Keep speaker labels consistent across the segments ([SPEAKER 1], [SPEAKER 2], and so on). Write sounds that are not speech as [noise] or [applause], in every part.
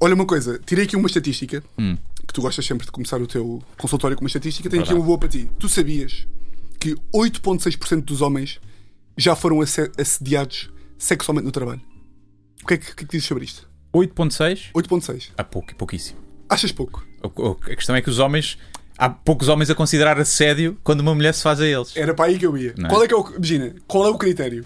[SPEAKER 1] Olha uma coisa, tirei aqui uma estatística
[SPEAKER 2] Hum.
[SPEAKER 1] que tu gostas sempre de começar o teu consultório com uma estatística. Tenho aqui uma boa para ti. Tu sabias que 8,6% dos homens já foram asse- assediados sexualmente no trabalho? O que é que, o que é que dizes sobre isto?
[SPEAKER 2] 8.6?
[SPEAKER 1] 8,6%.
[SPEAKER 2] Há pouco, Ah, pouquíssimo.
[SPEAKER 1] Achas pouco?
[SPEAKER 2] O- o- A questão é que os homens. Há poucos homens a considerar assédio quando uma mulher se faz a eles.
[SPEAKER 1] Era para aí que eu ia.
[SPEAKER 2] Não é?
[SPEAKER 1] Qual é que é o. Imagina, qual é o critério?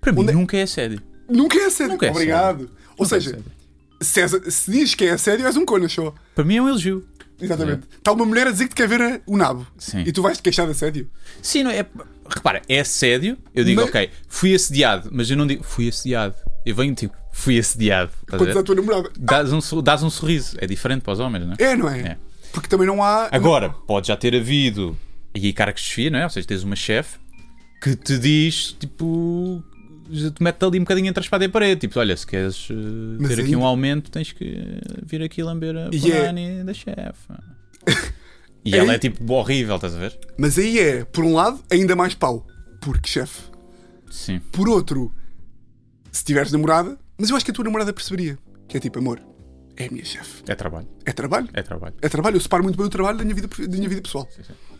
[SPEAKER 2] Para mim,
[SPEAKER 1] Onde é-
[SPEAKER 2] nunca é assédio.
[SPEAKER 1] Nunca é assédio.
[SPEAKER 2] Nunca é
[SPEAKER 1] Obrigado. Ou
[SPEAKER 2] Nunca é
[SPEAKER 1] seja,
[SPEAKER 2] assédio.
[SPEAKER 1] se, és- se diz que é assédio, és um cona show.
[SPEAKER 2] Para mim é um elogio.
[SPEAKER 1] Exatamente. Está uma mulher a dizer que te quer ver a- o nabo.
[SPEAKER 2] É. Sim.
[SPEAKER 1] E tu vais te queixar de assédio.
[SPEAKER 2] Sim, não é. Repara, é assédio. Eu digo,
[SPEAKER 1] Mas-
[SPEAKER 2] ok, fui assediado, mas eu não digo, fui assediado. Eu venho tipo, fui assediado. Estás a
[SPEAKER 1] Quando
[SPEAKER 2] ver?
[SPEAKER 1] é a tua namorada.
[SPEAKER 2] Dás um, sor- dás um sorriso. É diferente para os homens, não é?
[SPEAKER 1] É, não é?
[SPEAKER 2] É.
[SPEAKER 1] Porque também não há.
[SPEAKER 2] Agora, pode já ter havido. E aí, cargos de chefia, não é? Ou seja, tens uma chefe que te diz, tipo. já Te mete ali um bocadinho entre a espada e a parede. Tipo, olha, se queres eh,
[SPEAKER 1] Mas
[SPEAKER 2] ter aqui
[SPEAKER 1] ainda-
[SPEAKER 2] um aumento, tens que eh, vir aqui lamber a
[SPEAKER 1] E é-
[SPEAKER 2] banane
[SPEAKER 1] [laughs]
[SPEAKER 2] da chefe. E
[SPEAKER 1] É
[SPEAKER 2] ela é
[SPEAKER 1] isso.
[SPEAKER 2] tipo horrível, estás a ver?
[SPEAKER 1] Mas aí é, por um lado, ainda mais pau. Porque, chefe.
[SPEAKER 2] Sim.
[SPEAKER 1] Por outro, se tiveres namorada. Mas eu acho que a tua namorada perceberia. Que é tipo, amor, é a minha chefe.
[SPEAKER 2] É trabalho.
[SPEAKER 1] É trabalho.
[SPEAKER 2] É trabalho.
[SPEAKER 1] É trabalho. Eu separo muito bem o trabalho da minha vida, da minha vida pessoal.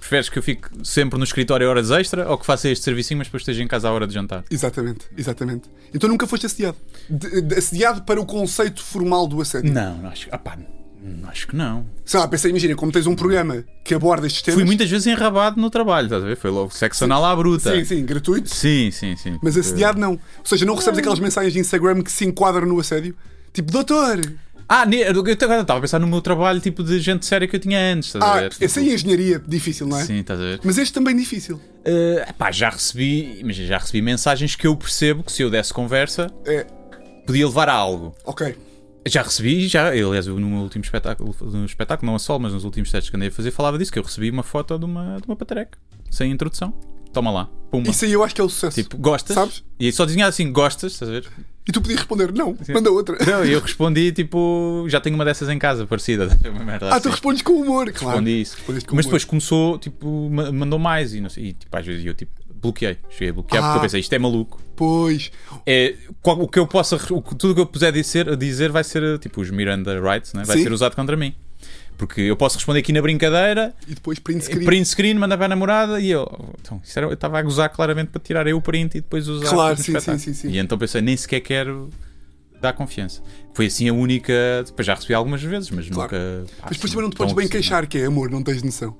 [SPEAKER 2] Preferes que eu fique sempre no escritório horas extra ou que faça este servicinho, mas depois esteja em casa à hora de jantar?
[SPEAKER 1] Exatamente, exatamente. Então nunca foste assediado. De- de- assediado para o conceito formal do assédio.
[SPEAKER 2] Não, não acho, opá, não acho que não.
[SPEAKER 1] Sei lá, pensei, imagina, como tens um programa que aborda estes temas.
[SPEAKER 2] Fui muitas vezes enrabado no trabalho, estás a ver? Foi logo sexo anal à bruta.
[SPEAKER 1] Sim, sim, gratuito.
[SPEAKER 2] Sim, sim, sim.
[SPEAKER 1] Mas
[SPEAKER 2] É.
[SPEAKER 1] assediado não. Ou seja, não recebes aquelas mensagens de Instagram que se enquadram no assédio. Tipo, doutor,
[SPEAKER 2] Ah, ne- eu até agora estava a pensar no meu trabalho tipo de gente séria que eu tinha antes, estás a
[SPEAKER 1] ah,
[SPEAKER 2] ver?
[SPEAKER 1] esse aí é engenharia, difícil, não é?
[SPEAKER 2] tipo- Sim, estás a ver?
[SPEAKER 1] Mas este também é difícil.
[SPEAKER 2] Eh, pá, já recebi, imagina, já recebi mensagens que eu percebo que se eu desse conversa
[SPEAKER 1] É,
[SPEAKER 2] podia levar a algo.
[SPEAKER 1] ok.
[SPEAKER 2] Já recebi, já, eu, aliás, eu no meu último espetáculo, no espetáculo, não a solo, mas nos últimos sets que andei a fazer, falava disso, que eu recebi uma foto de uma, de uma patreca, sem introdução. Toma lá, pumba.
[SPEAKER 1] Isso aí eu acho que é o sucesso.
[SPEAKER 2] Tipo, gostas?
[SPEAKER 1] Sabes?
[SPEAKER 2] E só dizia assim, gostas, estás a
[SPEAKER 1] [laughs]
[SPEAKER 2] ver?
[SPEAKER 1] E tu podias responder, não, manda outra.
[SPEAKER 2] Não, e eu respondi, tipo, já tenho uma dessas em casa, parecida. [laughs] Foi uma
[SPEAKER 1] [laughs]
[SPEAKER 2] merda
[SPEAKER 1] Ah,
[SPEAKER 2] assim.
[SPEAKER 1] tu respondes com humor, claro.
[SPEAKER 2] Respondi isso.
[SPEAKER 1] Respondeste com
[SPEAKER 2] Mas
[SPEAKER 1] humor.
[SPEAKER 2] depois começou, tipo, ma- mandou mais e, não sei, e tipo, às vezes eu, tipo, bloqueei. Cheguei a bloquear
[SPEAKER 1] Ah.
[SPEAKER 2] porque eu pensei, isto é maluco.
[SPEAKER 1] Pois.
[SPEAKER 2] É, qual- o que eu possa, o que- tudo o que eu puser dizer, dizer vai ser, tipo, os Miranda Rights, né? vai
[SPEAKER 1] Sim.
[SPEAKER 2] ser usado contra mim. Porque eu posso responder aqui na brincadeira,
[SPEAKER 1] E depois print screen.
[SPEAKER 2] print screen, manda para a namorada e eu. Então, isso era- eu estava a gozar claramente para tirar eu o print e depois usar.
[SPEAKER 1] Claro,
[SPEAKER 2] no
[SPEAKER 1] sim,
[SPEAKER 2] espetáculo.
[SPEAKER 1] sim, sim, sim.
[SPEAKER 2] E então pensei, nem sequer quero dar confiança. Foi assim a única. Depois já recebi algumas vezes, mas
[SPEAKER 1] Claro.
[SPEAKER 2] nunca. pá,
[SPEAKER 1] Mas depois
[SPEAKER 2] assim,
[SPEAKER 1] também não te
[SPEAKER 2] tão
[SPEAKER 1] podes bem
[SPEAKER 2] agressivo,
[SPEAKER 1] queixar, que é amor, não tens noção.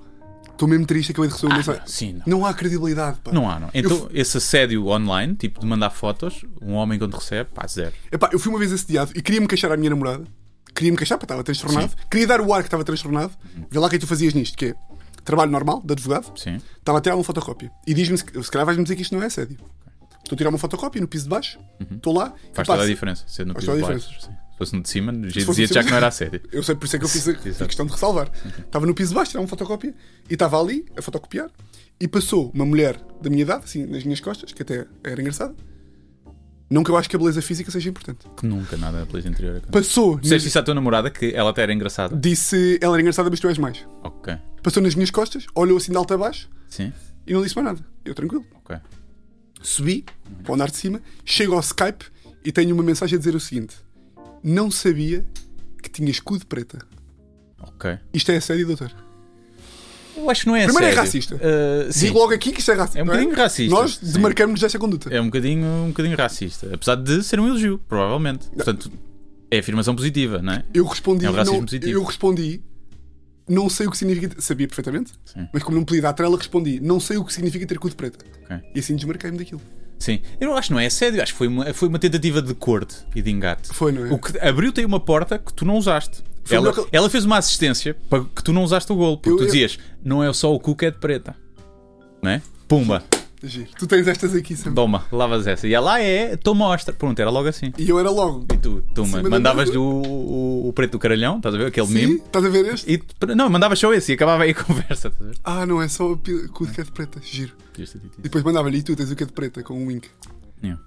[SPEAKER 1] Estou mesmo triste, acabei de receber uma
[SPEAKER 2] não.
[SPEAKER 1] mensagem.
[SPEAKER 2] Ah, sim, não.
[SPEAKER 1] Não há credibilidade, pá.
[SPEAKER 2] Não há, não. Então,
[SPEAKER 1] Eu
[SPEAKER 2] esse assédio online, tipo de mandar fotos, um homem quando recebe, pá, zero.
[SPEAKER 1] Epá, eu fui uma vez assediado e queria-me queixar à minha namorada. Queria-me queixar, pá, estava transtornado. Queria dar o ar que estava transtornado. Vê lá o que é que tu fazias nisto, que é trabalho normal, de advogado.
[SPEAKER 2] Sim.
[SPEAKER 1] Estava a tirar uma fotocópia. E diz-me, se se calhar vais-me dizer que isto não é assédio. Estou a tirar uma fotocópia no piso de baixo, estou lá. e
[SPEAKER 2] Uhum. Faz
[SPEAKER 1] pá,
[SPEAKER 2] toda a
[SPEAKER 1] se-
[SPEAKER 2] diferença. Ser no
[SPEAKER 1] Faz
[SPEAKER 2] piso de
[SPEAKER 1] toda a
[SPEAKER 2] baixo. sim. Se fosse no de cima,
[SPEAKER 1] fosse no de cima-
[SPEAKER 2] dizia já que não era assédio.
[SPEAKER 1] Eu sei, por isso é que eu fiz a, fiz
[SPEAKER 2] Exato. Uhum.
[SPEAKER 1] questão de ressalvar. Estava no piso de baixo, tirar uma fotocópia, e estava ali a fotocopiar, e passou uma mulher da minha idade, assim, nas minhas costas, que até era engraçada. Não que eu acho que a beleza física seja importante.
[SPEAKER 2] Que nunca nada da polícia interior. acontece.
[SPEAKER 1] Passou. nas-
[SPEAKER 2] Disseste isso à tua namorada que ela até era engraçada.
[SPEAKER 1] Disse, ela era engraçada, mas tu és mais.
[SPEAKER 2] Ok.
[SPEAKER 1] Passou nas minhas costas, olhou assim de alto a baixo
[SPEAKER 2] Sim.
[SPEAKER 1] e não disse mais nada. Eu tranquilo.
[SPEAKER 2] Ok.
[SPEAKER 1] Subi para o andar de cima, chego ao Skype e tenho uma mensagem a dizer o seguinte: Não sabia que tinha escudo preta.
[SPEAKER 2] Ok.
[SPEAKER 1] Isto é assédio, doutor.
[SPEAKER 2] Eu acho que não é
[SPEAKER 1] Primeiro é
[SPEAKER 2] assédio.
[SPEAKER 1] racista.
[SPEAKER 2] Ah, sim.
[SPEAKER 1] Digo logo aqui que isto é racista.
[SPEAKER 2] É um
[SPEAKER 1] não
[SPEAKER 2] bocadinho racista,
[SPEAKER 1] Nós
[SPEAKER 2] sim.
[SPEAKER 1] demarcamos esta conduta.
[SPEAKER 2] É um bocadinho, um bocadinho racista. Apesar de ser um elogio, provavelmente. Portanto, é afirmação positiva, não é?
[SPEAKER 1] Eu respondi.
[SPEAKER 2] É um racismo
[SPEAKER 1] não,
[SPEAKER 2] positivo.
[SPEAKER 1] Eu respondi. Não sei o que significa. Sabia perfeitamente,
[SPEAKER 2] Sim.
[SPEAKER 1] mas como não podia dar trela, respondi: Não sei o que significa ter escudo preto.
[SPEAKER 2] Ok.
[SPEAKER 1] E assim desmarquei-me daquilo.
[SPEAKER 2] Sim. Eu não acho que não é assédio. Acho que foi uma, foi uma tentativa de corte e de engate.
[SPEAKER 1] Foi, não é?
[SPEAKER 2] O que abriu-te aí uma porta que tu não usaste.
[SPEAKER 1] Foi
[SPEAKER 2] Ela,
[SPEAKER 1] melhor que-
[SPEAKER 2] ela fez uma assistência para que tu não usaste o golo. Porque
[SPEAKER 1] Eu-
[SPEAKER 2] tu
[SPEAKER 1] eu-
[SPEAKER 2] dizias, não é só o cu que é de preta. Não é? Pumba,
[SPEAKER 1] Giro. Tu tens estas aqui, Sam.
[SPEAKER 2] toma, lavas essa. E ela "Ah, é, então mostra. Pronto, era logo assim.
[SPEAKER 1] E eu era logo.
[SPEAKER 2] E tu, toma,
[SPEAKER 1] Sim, mas-
[SPEAKER 2] mandavas o, o, o preto do caralhão, estás a ver? Aquele
[SPEAKER 1] Sim?
[SPEAKER 2] mimo.
[SPEAKER 1] Estás a ver este?
[SPEAKER 2] E, não, mandavas só esse e acabava aí a [laughs] conversa. Estás a ver?
[SPEAKER 1] Ah, não, é só o pi- cu de cat preta. Giro.
[SPEAKER 2] Podias ter dito
[SPEAKER 1] E
[SPEAKER 2] isso.
[SPEAKER 1] depois mandava-lhe e tu tens o cat preta com um wink.
[SPEAKER 2] Não.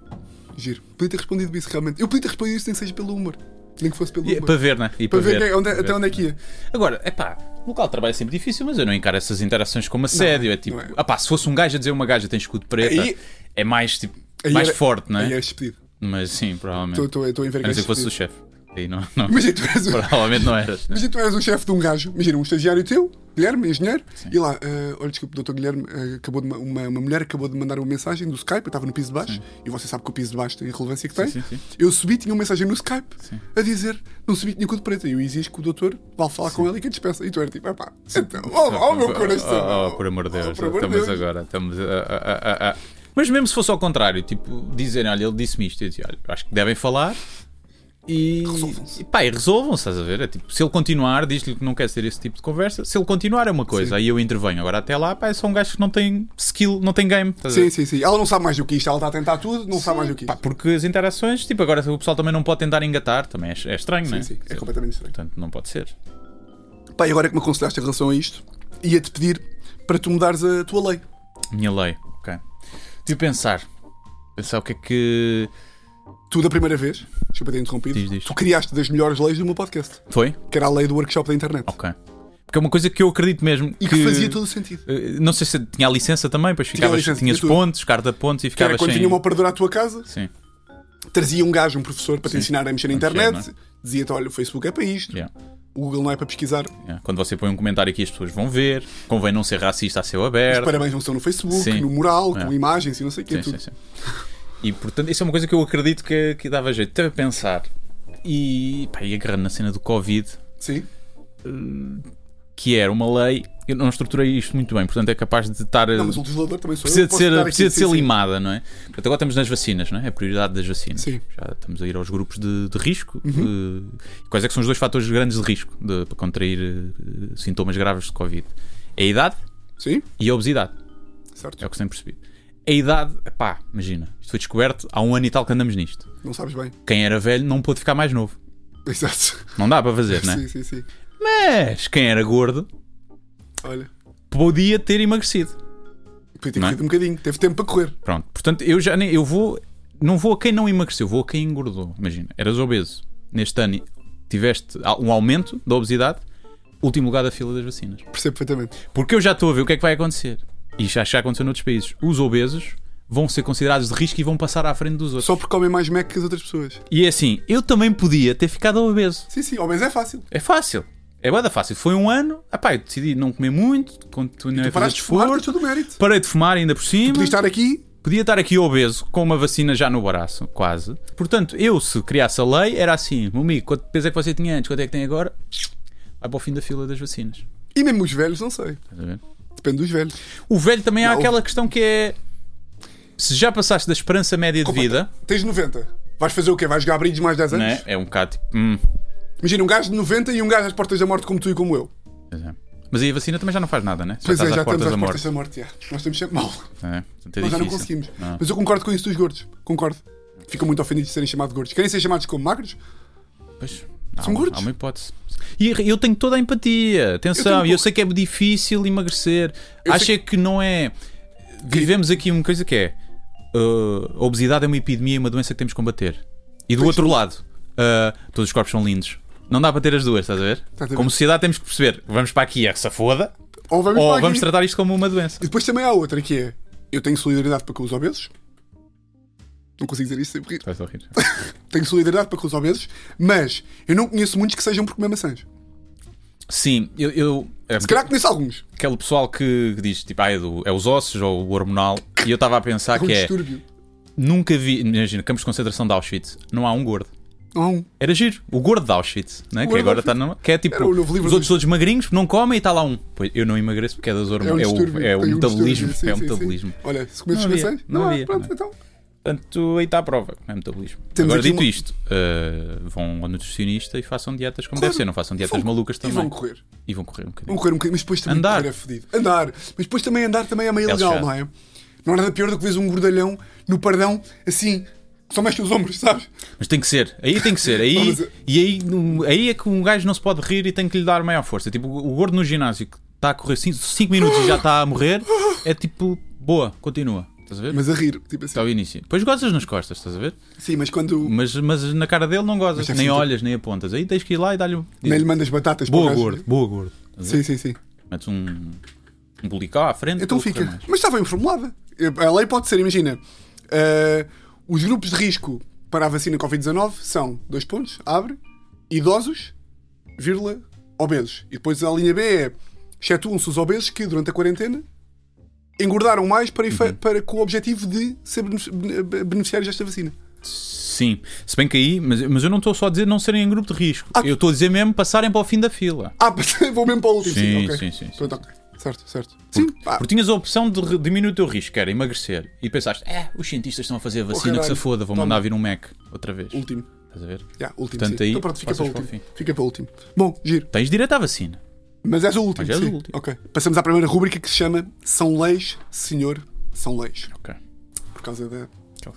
[SPEAKER 1] Giro. Podia ter respondido isso realmente. Eu podia ter respondido isso nem que seja pelo humor. Nem que fosse pelo
[SPEAKER 2] E é
[SPEAKER 1] humor.
[SPEAKER 2] para ver, né? E
[SPEAKER 1] Para ver, quem- onde-
[SPEAKER 2] Para ver.
[SPEAKER 1] até onde é que ia.
[SPEAKER 2] Agora, é pá, local de trabalho é sempre difícil, mas eu não encaro essas interações como assédio.
[SPEAKER 1] Não,
[SPEAKER 2] é tipo,
[SPEAKER 1] não é.
[SPEAKER 2] ah pá, se fosse um gajo a dizer uma gaja tem escudo preta,
[SPEAKER 1] Aí-
[SPEAKER 2] é mais tipo.
[SPEAKER 1] Aí
[SPEAKER 2] mais
[SPEAKER 1] era-
[SPEAKER 2] forte, não é?
[SPEAKER 1] Aí eras despedido.
[SPEAKER 2] Mas sim, provavelmente.
[SPEAKER 1] Estou a
[SPEAKER 2] a não ser que
[SPEAKER 1] envergonhado.
[SPEAKER 2] fosse o chefe. Aí não, não.
[SPEAKER 1] Imagina, tu eras um,
[SPEAKER 2] [laughs] Provavelmente não eras. né?
[SPEAKER 1] imagina, tu eras um chefe de um gajo, imagina, um estagiário teu, Guilherme, engenheiro, e lá, ah, olha, desculpe, doutor Guilherme, ah, acabou de ma- uma, uma mulher acabou de mandar uma mensagem do Skype, eu estava no piso de baixo, e você sabe que o piso de baixo tem a relevância que tem.
[SPEAKER 2] sim, sim.
[SPEAKER 1] Eu subi, tinha uma mensagem no Skype a dizer, não subi, tinha cor preta, e eu exijo que o doutor vá falar com ele e que a despeça. E tu era tipo, ah pá, então, oh, oh, meu coração.
[SPEAKER 2] Oh, por amor de
[SPEAKER 1] oh,
[SPEAKER 2] Deus,
[SPEAKER 1] por amor de
[SPEAKER 2] estamos
[SPEAKER 1] Deus.
[SPEAKER 2] agora, estamos a, a- a- a- a- Mas mesmo se fosse ao contrário, tipo, dizerem, olha, ele disse-me isto, eu dizia, olha, acho que devem falar e.
[SPEAKER 1] Resolvam-se.
[SPEAKER 2] E pá, e resolvam-se, estás a ver? É tipo, se ele continuar, diz-lhe que não quer ser esse tipo de conversa. Se ele continuar, é uma coisa, aí eu intervenho. Agora até lá, pá, é só um gajo que não tem skill, não tem game. estás a
[SPEAKER 1] Sim,
[SPEAKER 2] ver?
[SPEAKER 1] sim, sim. Ela não sabe mais do que isto, ela está a tentar tudo, não sabe mais do que
[SPEAKER 2] Pá,
[SPEAKER 1] isto.
[SPEAKER 2] porque as interações, tipo, agora o pessoal também não pode tentar engatar, também é, é estranho, não
[SPEAKER 1] Sim,
[SPEAKER 2] é?
[SPEAKER 1] sim, é completamente estranho.
[SPEAKER 2] Portanto, não pode ser.
[SPEAKER 1] Pá, e agora é que me aconselhaste em relação a isto, ia-te pedir para tu mudares a tua lei.
[SPEAKER 2] Minha lei, ok. Tive de pensar. Pensar o que é que.
[SPEAKER 1] Tu, da primeira vez, desculpa ter interrompido,
[SPEAKER 2] Diz, diz.
[SPEAKER 1] tu criaste das melhores leis do meu podcast,
[SPEAKER 2] Foi?
[SPEAKER 1] que era a lei do workshop da internet.
[SPEAKER 2] Ok. Porque é uma coisa que eu acredito mesmo.
[SPEAKER 1] E que, fazia todo o sentido.
[SPEAKER 2] Eh, Não sei se tinha a licença também, pois ficavas,
[SPEAKER 1] licença,
[SPEAKER 2] tinhas
[SPEAKER 1] tinha tudo.
[SPEAKER 2] pontos, carta pontos e
[SPEAKER 1] Que era
[SPEAKER 2] ficavas
[SPEAKER 1] quando
[SPEAKER 2] sem.
[SPEAKER 1] vinha uma operadora à tua casa,
[SPEAKER 2] Sim,
[SPEAKER 1] trazia um gajo, um professor, para te ensinar a mexer na
[SPEAKER 2] A mexer,
[SPEAKER 1] internet, dizia-te: olha, o Facebook é para isto,
[SPEAKER 2] yeah,
[SPEAKER 1] o Google não é para pesquisar,
[SPEAKER 2] yeah. Quando você põe um comentário aqui, as pessoas vão ver. Convém não ser racista a céu aberto.
[SPEAKER 1] os parabéns não são no Facebook,
[SPEAKER 2] Sim.
[SPEAKER 1] no mural, com
[SPEAKER 2] É.
[SPEAKER 1] imagens e não sei o quê.
[SPEAKER 2] Sim,
[SPEAKER 1] tudo.
[SPEAKER 2] sim, sim. E portanto, isso é uma coisa que eu acredito que, que dava jeito. Teve a pensar. E, pá, e agarrando na cena do Covid,
[SPEAKER 1] Sim.
[SPEAKER 2] que era uma lei. Eu não estruturei isto muito bem, portanto é capaz de estar.
[SPEAKER 1] Não, mas o legislador também sou
[SPEAKER 2] precisa
[SPEAKER 1] eu.
[SPEAKER 2] de
[SPEAKER 1] posso
[SPEAKER 2] ser,
[SPEAKER 1] estar aqui,
[SPEAKER 2] precisa de
[SPEAKER 1] sim,
[SPEAKER 2] ser
[SPEAKER 1] sim.
[SPEAKER 2] limada, não é? Portanto, agora estamos nas vacinas, não é? A prioridade das vacinas.
[SPEAKER 1] Sim. Uhum.
[SPEAKER 2] Já estamos a ir aos grupos de, de risco. Eh, quais é que são os dois fatores grandes de risco de- para contrair eh, sintomas graves de Covid? É a idade
[SPEAKER 1] Sim,
[SPEAKER 2] e a obesidade.
[SPEAKER 1] certo.
[SPEAKER 2] É o que se tem percebido. A idade, pá, imagina, isto foi descoberto há um ano e tal que andamos nisto.
[SPEAKER 1] Não sabes bem. [laughs]
[SPEAKER 2] Quem era velho não pôde ficar mais novo.
[SPEAKER 1] Exato.
[SPEAKER 2] Não dá para fazer, não é?
[SPEAKER 1] Sim, sim, sim.
[SPEAKER 2] Mas quem era gordo
[SPEAKER 1] Olha,
[SPEAKER 2] podia ter emagrecido.
[SPEAKER 1] podia ter
[SPEAKER 2] Não é?
[SPEAKER 1] corrido um bocadinho, teve tempo para correr.
[SPEAKER 2] Pronto, portanto, eu já nem. Eu vou. Não vou a quem não emagreceu, vou a quem engordou. Imagina, eras obeso. Neste ano tiveste um aumento da obesidade, último lugar da fila das vacinas.
[SPEAKER 1] Percebo perfeitamente.
[SPEAKER 2] Porque eu já estou a ver o que é que vai acontecer. E já, já aconteceu noutros países. Os obesos vão ser considerados de risco e vão passar à frente dos outros.
[SPEAKER 1] Só porque comem mais Mac que as outras pessoas.
[SPEAKER 2] E é assim, eu também podia ter ficado obeso.
[SPEAKER 1] Sim, sim, ao menos é fácil.
[SPEAKER 2] É fácil. É bada fácil. Foi um ano. Ah pá, eu decidi não comer muito, continuei a fazer
[SPEAKER 1] Paraste de fumar, tens
[SPEAKER 2] esforço.
[SPEAKER 1] todo o mérito.
[SPEAKER 2] Parei de fumar ainda por cima.
[SPEAKER 1] Podia estar aqui,
[SPEAKER 2] Podia estar aqui obeso, com uma vacina já no braço, quase. Portanto, eu, se criasse a lei, era assim: meu amigo, quanto peso é que você tinha antes, quanto é que tem agora? Vai para o fim da fila das vacinas.
[SPEAKER 1] e mesmo os velhos, não sei.
[SPEAKER 2] Estás a ver?
[SPEAKER 1] Depende dos velhos.
[SPEAKER 2] O velho também há
[SPEAKER 1] Não.
[SPEAKER 2] aquela questão que é: se já passaste da esperança média de vida,
[SPEAKER 1] Tens 90. Vais fazer o quê? Vais jogar brindes mais 10 anos?
[SPEAKER 2] né? é um bocado tipo. hum,
[SPEAKER 1] Imagina um gajo de 90 e um gajo às portas da morte, como tu e como eu.
[SPEAKER 2] pois é. Mas aí a vacina também já não faz nada, né? Só
[SPEAKER 1] Pois
[SPEAKER 2] estás
[SPEAKER 1] é, já
[SPEAKER 2] às
[SPEAKER 1] estamos
[SPEAKER 2] portas
[SPEAKER 1] às
[SPEAKER 2] da
[SPEAKER 1] portas
[SPEAKER 2] morte.
[SPEAKER 1] da morte. yeah. Nós estamos sempre mal.
[SPEAKER 2] né? Portanto, é
[SPEAKER 1] Nós já não
[SPEAKER 2] difícil.
[SPEAKER 1] conseguimos.
[SPEAKER 2] Não.
[SPEAKER 1] Mas eu concordo com isso dos gordos. Concordo. Ficam muito ofendidos de serem chamados gordos. Querem ser chamados como magros?
[SPEAKER 2] Pois, há,
[SPEAKER 1] São
[SPEAKER 2] uma-
[SPEAKER 1] gordos.
[SPEAKER 2] há uma hipótese. E eu tenho toda a empatia,
[SPEAKER 1] Eu
[SPEAKER 2] atenção,
[SPEAKER 1] tenho um
[SPEAKER 2] e eu
[SPEAKER 1] pouco.
[SPEAKER 2] sei que é difícil emagrecer.
[SPEAKER 1] Eu
[SPEAKER 2] Acho
[SPEAKER 1] sei-
[SPEAKER 2] é que não é. Vivemos aqui uma coisa que é: uh, a obesidade é uma epidemia e uma doença que temos que combater. E do outro lado, uh, todos os corpos são lindos. Não dá para ter as duas, estás a ver?
[SPEAKER 1] a ver.
[SPEAKER 2] Como sociedade temos que perceber: vamos para aqui, é essa foda,
[SPEAKER 1] Ou vamos para
[SPEAKER 2] ou
[SPEAKER 1] aqui.
[SPEAKER 2] vamos tratar isto como uma doença.
[SPEAKER 1] E depois também há outra que é: eu tenho solidariedade para com os obesos. Não consigo dizer isso sem rir.
[SPEAKER 2] Estás a rir.
[SPEAKER 1] [laughs] Tenho solidariedade para com os obesos, mas eu não conheço muitos que sejam por comer maçãs.
[SPEAKER 2] Sim, eu. eu é,
[SPEAKER 1] Se calhar conheço alguns.
[SPEAKER 2] aquele pessoal que, que diz tipo, ah, é, do- é os ossos ou o hormonal. E eu estava a pensar
[SPEAKER 1] É um
[SPEAKER 2] que é.
[SPEAKER 1] distúrbio.
[SPEAKER 2] Nunca vi, imagina, campos de concentração de Auschwitz, não há um gordo.
[SPEAKER 1] Não há um.
[SPEAKER 2] Era giro, o gordo de Auschwitz, né? que
[SPEAKER 1] gordo
[SPEAKER 2] agora
[SPEAKER 1] de Auschwitz.
[SPEAKER 2] está numa. Que é tipo,
[SPEAKER 1] Era o novo livro
[SPEAKER 2] os
[SPEAKER 1] do-
[SPEAKER 2] outros todos magrinhos não comem e está lá um. Pois eu não emagreço porque é das
[SPEAKER 1] É um
[SPEAKER 2] hormonas. É, o,
[SPEAKER 1] distúrbio.
[SPEAKER 2] é o
[SPEAKER 1] Tem um
[SPEAKER 2] metabolismo.
[SPEAKER 1] distúrbio, sim,
[SPEAKER 2] é o
[SPEAKER 1] sim, sim.
[SPEAKER 2] metabolismo.
[SPEAKER 1] Olha, se comeres
[SPEAKER 2] Não havia,
[SPEAKER 1] maçãs,
[SPEAKER 2] não
[SPEAKER 1] não, há.
[SPEAKER 2] havia,
[SPEAKER 1] Pronto,
[SPEAKER 2] não. é?
[SPEAKER 1] então.
[SPEAKER 2] Portanto, aí está a prova, é metabolismo.
[SPEAKER 1] Temos
[SPEAKER 2] agora
[SPEAKER 1] aqui
[SPEAKER 2] dito
[SPEAKER 1] uma-
[SPEAKER 2] isto, uh, vão ao nutricionista e façam dietas como
[SPEAKER 1] Claro.
[SPEAKER 2] deve ser, não façam dietas
[SPEAKER 1] Vão-
[SPEAKER 2] malucas
[SPEAKER 1] E
[SPEAKER 2] também.
[SPEAKER 1] vão correr.
[SPEAKER 2] E vão correr um bocadinho.
[SPEAKER 1] Vão correr um bocadinho, mas depois também
[SPEAKER 2] Andar.
[SPEAKER 1] correr é fodido. Andar. Mas depois também andar também é meio
[SPEAKER 2] É
[SPEAKER 1] ilegal,
[SPEAKER 2] lixado.
[SPEAKER 1] não é? Não há nada pior do que vês um gordalhão no pardão, assim, que só mexe os ombros, sabes?
[SPEAKER 2] Mas tem que ser, aí tem que ser, aí,
[SPEAKER 1] Não, [laughs] mas-
[SPEAKER 2] e aí, um, aí é que um gajo não se pode rir e tem que lhe dar maior força. Tipo, o gordo no ginásio que está a correr 5 minutos e já está a morrer, é tipo, boa, continua. Estás a ver?
[SPEAKER 1] Mas a rir, tipo assim.
[SPEAKER 2] Está ao início. Depois gozas nas costas, estás a ver?
[SPEAKER 1] Sim, mas quando
[SPEAKER 2] Mas, mas na cara dele não gozas,
[SPEAKER 1] Mas é
[SPEAKER 2] nem
[SPEAKER 1] assim,
[SPEAKER 2] olhas, nem apontas. Aí tens que ir lá e dar-lhe um.
[SPEAKER 1] nem lhe mandas batatas para o
[SPEAKER 2] Boa
[SPEAKER 1] gajo-
[SPEAKER 2] gordo, boa gordo. Estás a ver?
[SPEAKER 1] Sim, sim, sim.
[SPEAKER 2] Metes um, um bulical à frente.
[SPEAKER 1] Então
[SPEAKER 2] para ele
[SPEAKER 1] fica.
[SPEAKER 2] correr mais.
[SPEAKER 1] Mas está bem formulada. A lei pode ser, imagina. eh, ah, os grupos de risco para a vacina Covid-19 são dois pontos, abre. idosos, vírgula, obesos. E depois a linha B é, excetuam-se os obesos que, durante a quarentena, engordaram mais para,
[SPEAKER 2] Uhum.
[SPEAKER 1] efe- para, com o objetivo de ser benef- bene- beneficiários desta vacina.
[SPEAKER 2] Sim, se bem que aí, mas, mas eu não estou só a dizer não serem em grupo de risco.
[SPEAKER 1] Ah.
[SPEAKER 2] Eu estou a dizer mesmo passarem para o fim da fila.
[SPEAKER 1] Ah, [laughs] passei- vou mesmo para o último. Sim,
[SPEAKER 2] Sim,
[SPEAKER 1] ok. Então
[SPEAKER 2] sim, sim, sim.
[SPEAKER 1] Pronto, ok. Certo, certo. Sim, pá,
[SPEAKER 2] Porque tinhas a opção de re- diminuir o teu risco, que era emagrecer. E pensaste, é, os cientistas estão a fazer a vacina que se
[SPEAKER 1] Oh, caralho.
[SPEAKER 2] foda, vou
[SPEAKER 1] Toma.
[SPEAKER 2] mandar vir um Mac outra vez.
[SPEAKER 1] último.
[SPEAKER 2] Estás a ver?
[SPEAKER 1] Yeah, último
[SPEAKER 2] Portanto,
[SPEAKER 1] sim.
[SPEAKER 2] aí
[SPEAKER 1] então pronto, fica para o
[SPEAKER 2] passas para o
[SPEAKER 1] último. Fica para o último. Bom, giro.
[SPEAKER 2] Tens direito à vacina.
[SPEAKER 1] Mas és o último.
[SPEAKER 2] Mas és
[SPEAKER 1] sim.
[SPEAKER 2] o último.
[SPEAKER 1] Ok. Passamos à primeira rubrica que se chama São Leis, Senhor, São Leis.
[SPEAKER 2] Ok.
[SPEAKER 1] Por causa da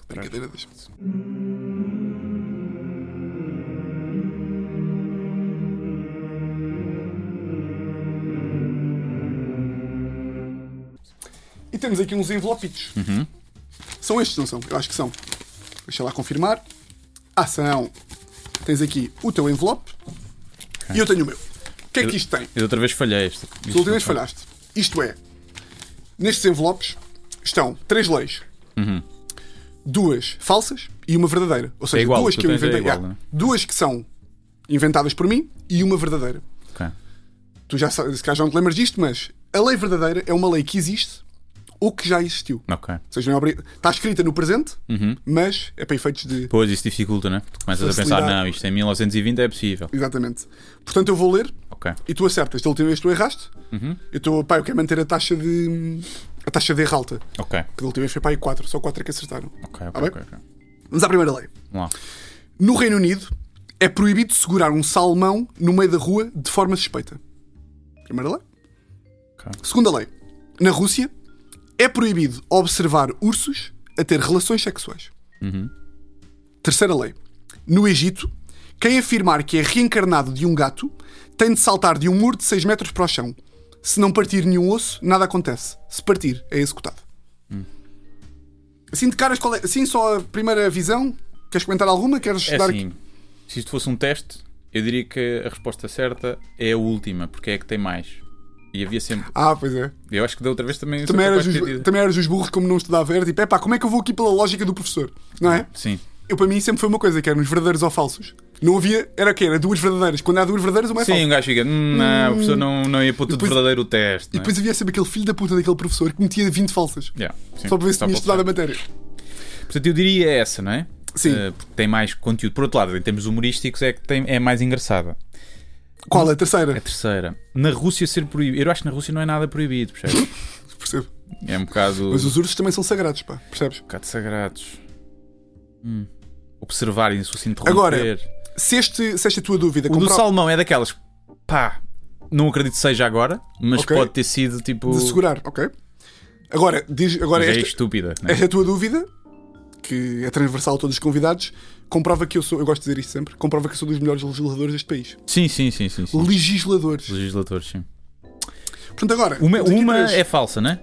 [SPEAKER 1] brincadeira das. E temos aqui uns envelopitos.
[SPEAKER 2] Uhum.
[SPEAKER 1] São estes, não são? Eu acho que são. Deixa lá confirmar. Ah, são. Tens aqui o teu envelope e eu tenho o meu. O que é que isto tem?
[SPEAKER 2] Eu outra vez falhei esta.
[SPEAKER 1] Tu última vez falhaste. Isto é, nestes envelopes estão três leis.
[SPEAKER 2] Uhum.
[SPEAKER 1] Duas falsas e uma verdadeira. Ou seja,
[SPEAKER 2] É igual,
[SPEAKER 1] duas
[SPEAKER 2] tu
[SPEAKER 1] que eu
[SPEAKER 2] tens é
[SPEAKER 1] inventei.
[SPEAKER 2] igual,
[SPEAKER 1] Yeah.
[SPEAKER 2] né?
[SPEAKER 1] Duas que são inventadas por mim e uma verdadeira.
[SPEAKER 2] Ok.
[SPEAKER 1] Tu já sabes, se calhar já não te lembras disto, mas a lei verdadeira é uma lei que existe ou que já existiu.
[SPEAKER 2] Ok.
[SPEAKER 1] Ou seja, não é obri- está escrita no presente,
[SPEAKER 2] Uhum.
[SPEAKER 1] mas é para efeitos de.
[SPEAKER 2] Pois, isso dificulta, né? Tu começas a
[SPEAKER 1] Facilidade.
[SPEAKER 2] pensar, não, isto em 1920 é possível.
[SPEAKER 1] Exatamente. Portanto, eu vou ler
[SPEAKER 2] Ok.
[SPEAKER 1] e tu acertas. Da última vez tu erraste.
[SPEAKER 2] Uhum.
[SPEAKER 1] Eu estou, pá, eu quero manter a taxa de. a taxa de erro alta.
[SPEAKER 2] Ok.
[SPEAKER 1] Que da última vez foi para aí 4, só 4 é que acertaram.
[SPEAKER 2] Ok,
[SPEAKER 1] Tá
[SPEAKER 2] ok,
[SPEAKER 1] bem?
[SPEAKER 2] ok. ok.
[SPEAKER 1] Vamos à primeira lei.
[SPEAKER 2] Vamos lá.
[SPEAKER 1] No Reino Unido, é proibido segurar um salmão no meio da rua de forma suspeita. Primeira lei.
[SPEAKER 2] Ok.
[SPEAKER 1] Segunda lei. Na Rússia, é proibido observar ursos a ter relações sexuais.
[SPEAKER 2] Uhum.
[SPEAKER 1] Terceira lei. No Egito, quem afirmar que é reencarnado de um gato tem de saltar de um muro de 6 metros para o chão. Se não partir nenhum osso, nada acontece. Se partir, é executado.
[SPEAKER 2] Hum.
[SPEAKER 1] Assim de caras, qual é? Assim só a primeira visão? Queres comentar alguma? Queres
[SPEAKER 2] É
[SPEAKER 1] dar
[SPEAKER 2] assim, se isto fosse um teste, eu diria que a resposta certa é a última, porque é a que tem mais. E havia sempre.
[SPEAKER 1] Ah, pois é.
[SPEAKER 2] Eu acho que da outra vez também.
[SPEAKER 1] Também
[SPEAKER 2] sou capaz
[SPEAKER 1] eras,
[SPEAKER 2] de
[SPEAKER 1] os,
[SPEAKER 2] ter dito.
[SPEAKER 1] também eras os burros como não estudava. Era tipo, é pá, como é que eu vou aqui pela lógica do professor? Não é?
[SPEAKER 2] Sim.
[SPEAKER 1] Eu para mim sempre foi uma coisa, que eram os verdadeiros ou falsos. Não havia, era o quê? Era duas verdadeiras. Quando há duas verdadeiras, uma é
[SPEAKER 2] Sim,
[SPEAKER 1] falsa.
[SPEAKER 2] um gajo fica. "Hum, Não, o professor não, não ia pôr tudo
[SPEAKER 1] depois-
[SPEAKER 2] verdadeiro o teste.
[SPEAKER 1] E
[SPEAKER 2] não é?"
[SPEAKER 1] depois havia sempre aquele filho da puta daquele professor que metia 20 falsas.
[SPEAKER 2] Yeah, sim,
[SPEAKER 1] Só para ver se tinha
[SPEAKER 2] pode
[SPEAKER 1] estudado a
[SPEAKER 2] ser.
[SPEAKER 1] matéria.
[SPEAKER 2] Portanto, eu diria essa, não é?
[SPEAKER 1] Sim.
[SPEAKER 2] Eh, porque tem mais conteúdo. Por outro lado, em termos humorísticos, é que tem, é mais engraçada.
[SPEAKER 1] Qual é a terceira?
[SPEAKER 2] A terceira, na Rússia ser proibido. Eu acho que na Rússia não é nada proibido, percebes?
[SPEAKER 1] [laughs] Percebo.
[SPEAKER 2] É um bocado.
[SPEAKER 1] Mas os ursos também são sagrados, pá. Percebes?
[SPEAKER 2] Um bocado sagrados. Hum. Observarem-se o se interromper.
[SPEAKER 1] Agora, Se, este, se esta é tua dúvida
[SPEAKER 2] o do
[SPEAKER 1] comprova-
[SPEAKER 2] salmão é daquelas. que, Pá, não acredito que seja agora, mas
[SPEAKER 1] Ok.
[SPEAKER 2] pode ter sido tipo.
[SPEAKER 1] de segurar, ok? Agora, diz, agora
[SPEAKER 2] mas é
[SPEAKER 1] esta,
[SPEAKER 2] estúpida. Né?
[SPEAKER 1] esta tua dúvida, que é transversal a todos os convidados, comprova que eu sou, eu gosto de dizer isto sempre, comprova que eu sou dos melhores legisladores deste país.
[SPEAKER 2] Sim, sim, sim, sim. sim.
[SPEAKER 1] Legisladores.
[SPEAKER 2] Legisladores, sim.
[SPEAKER 1] Portanto, agora.
[SPEAKER 2] Uma,
[SPEAKER 1] temos aqui
[SPEAKER 2] uma
[SPEAKER 1] três.
[SPEAKER 2] é falsa, né?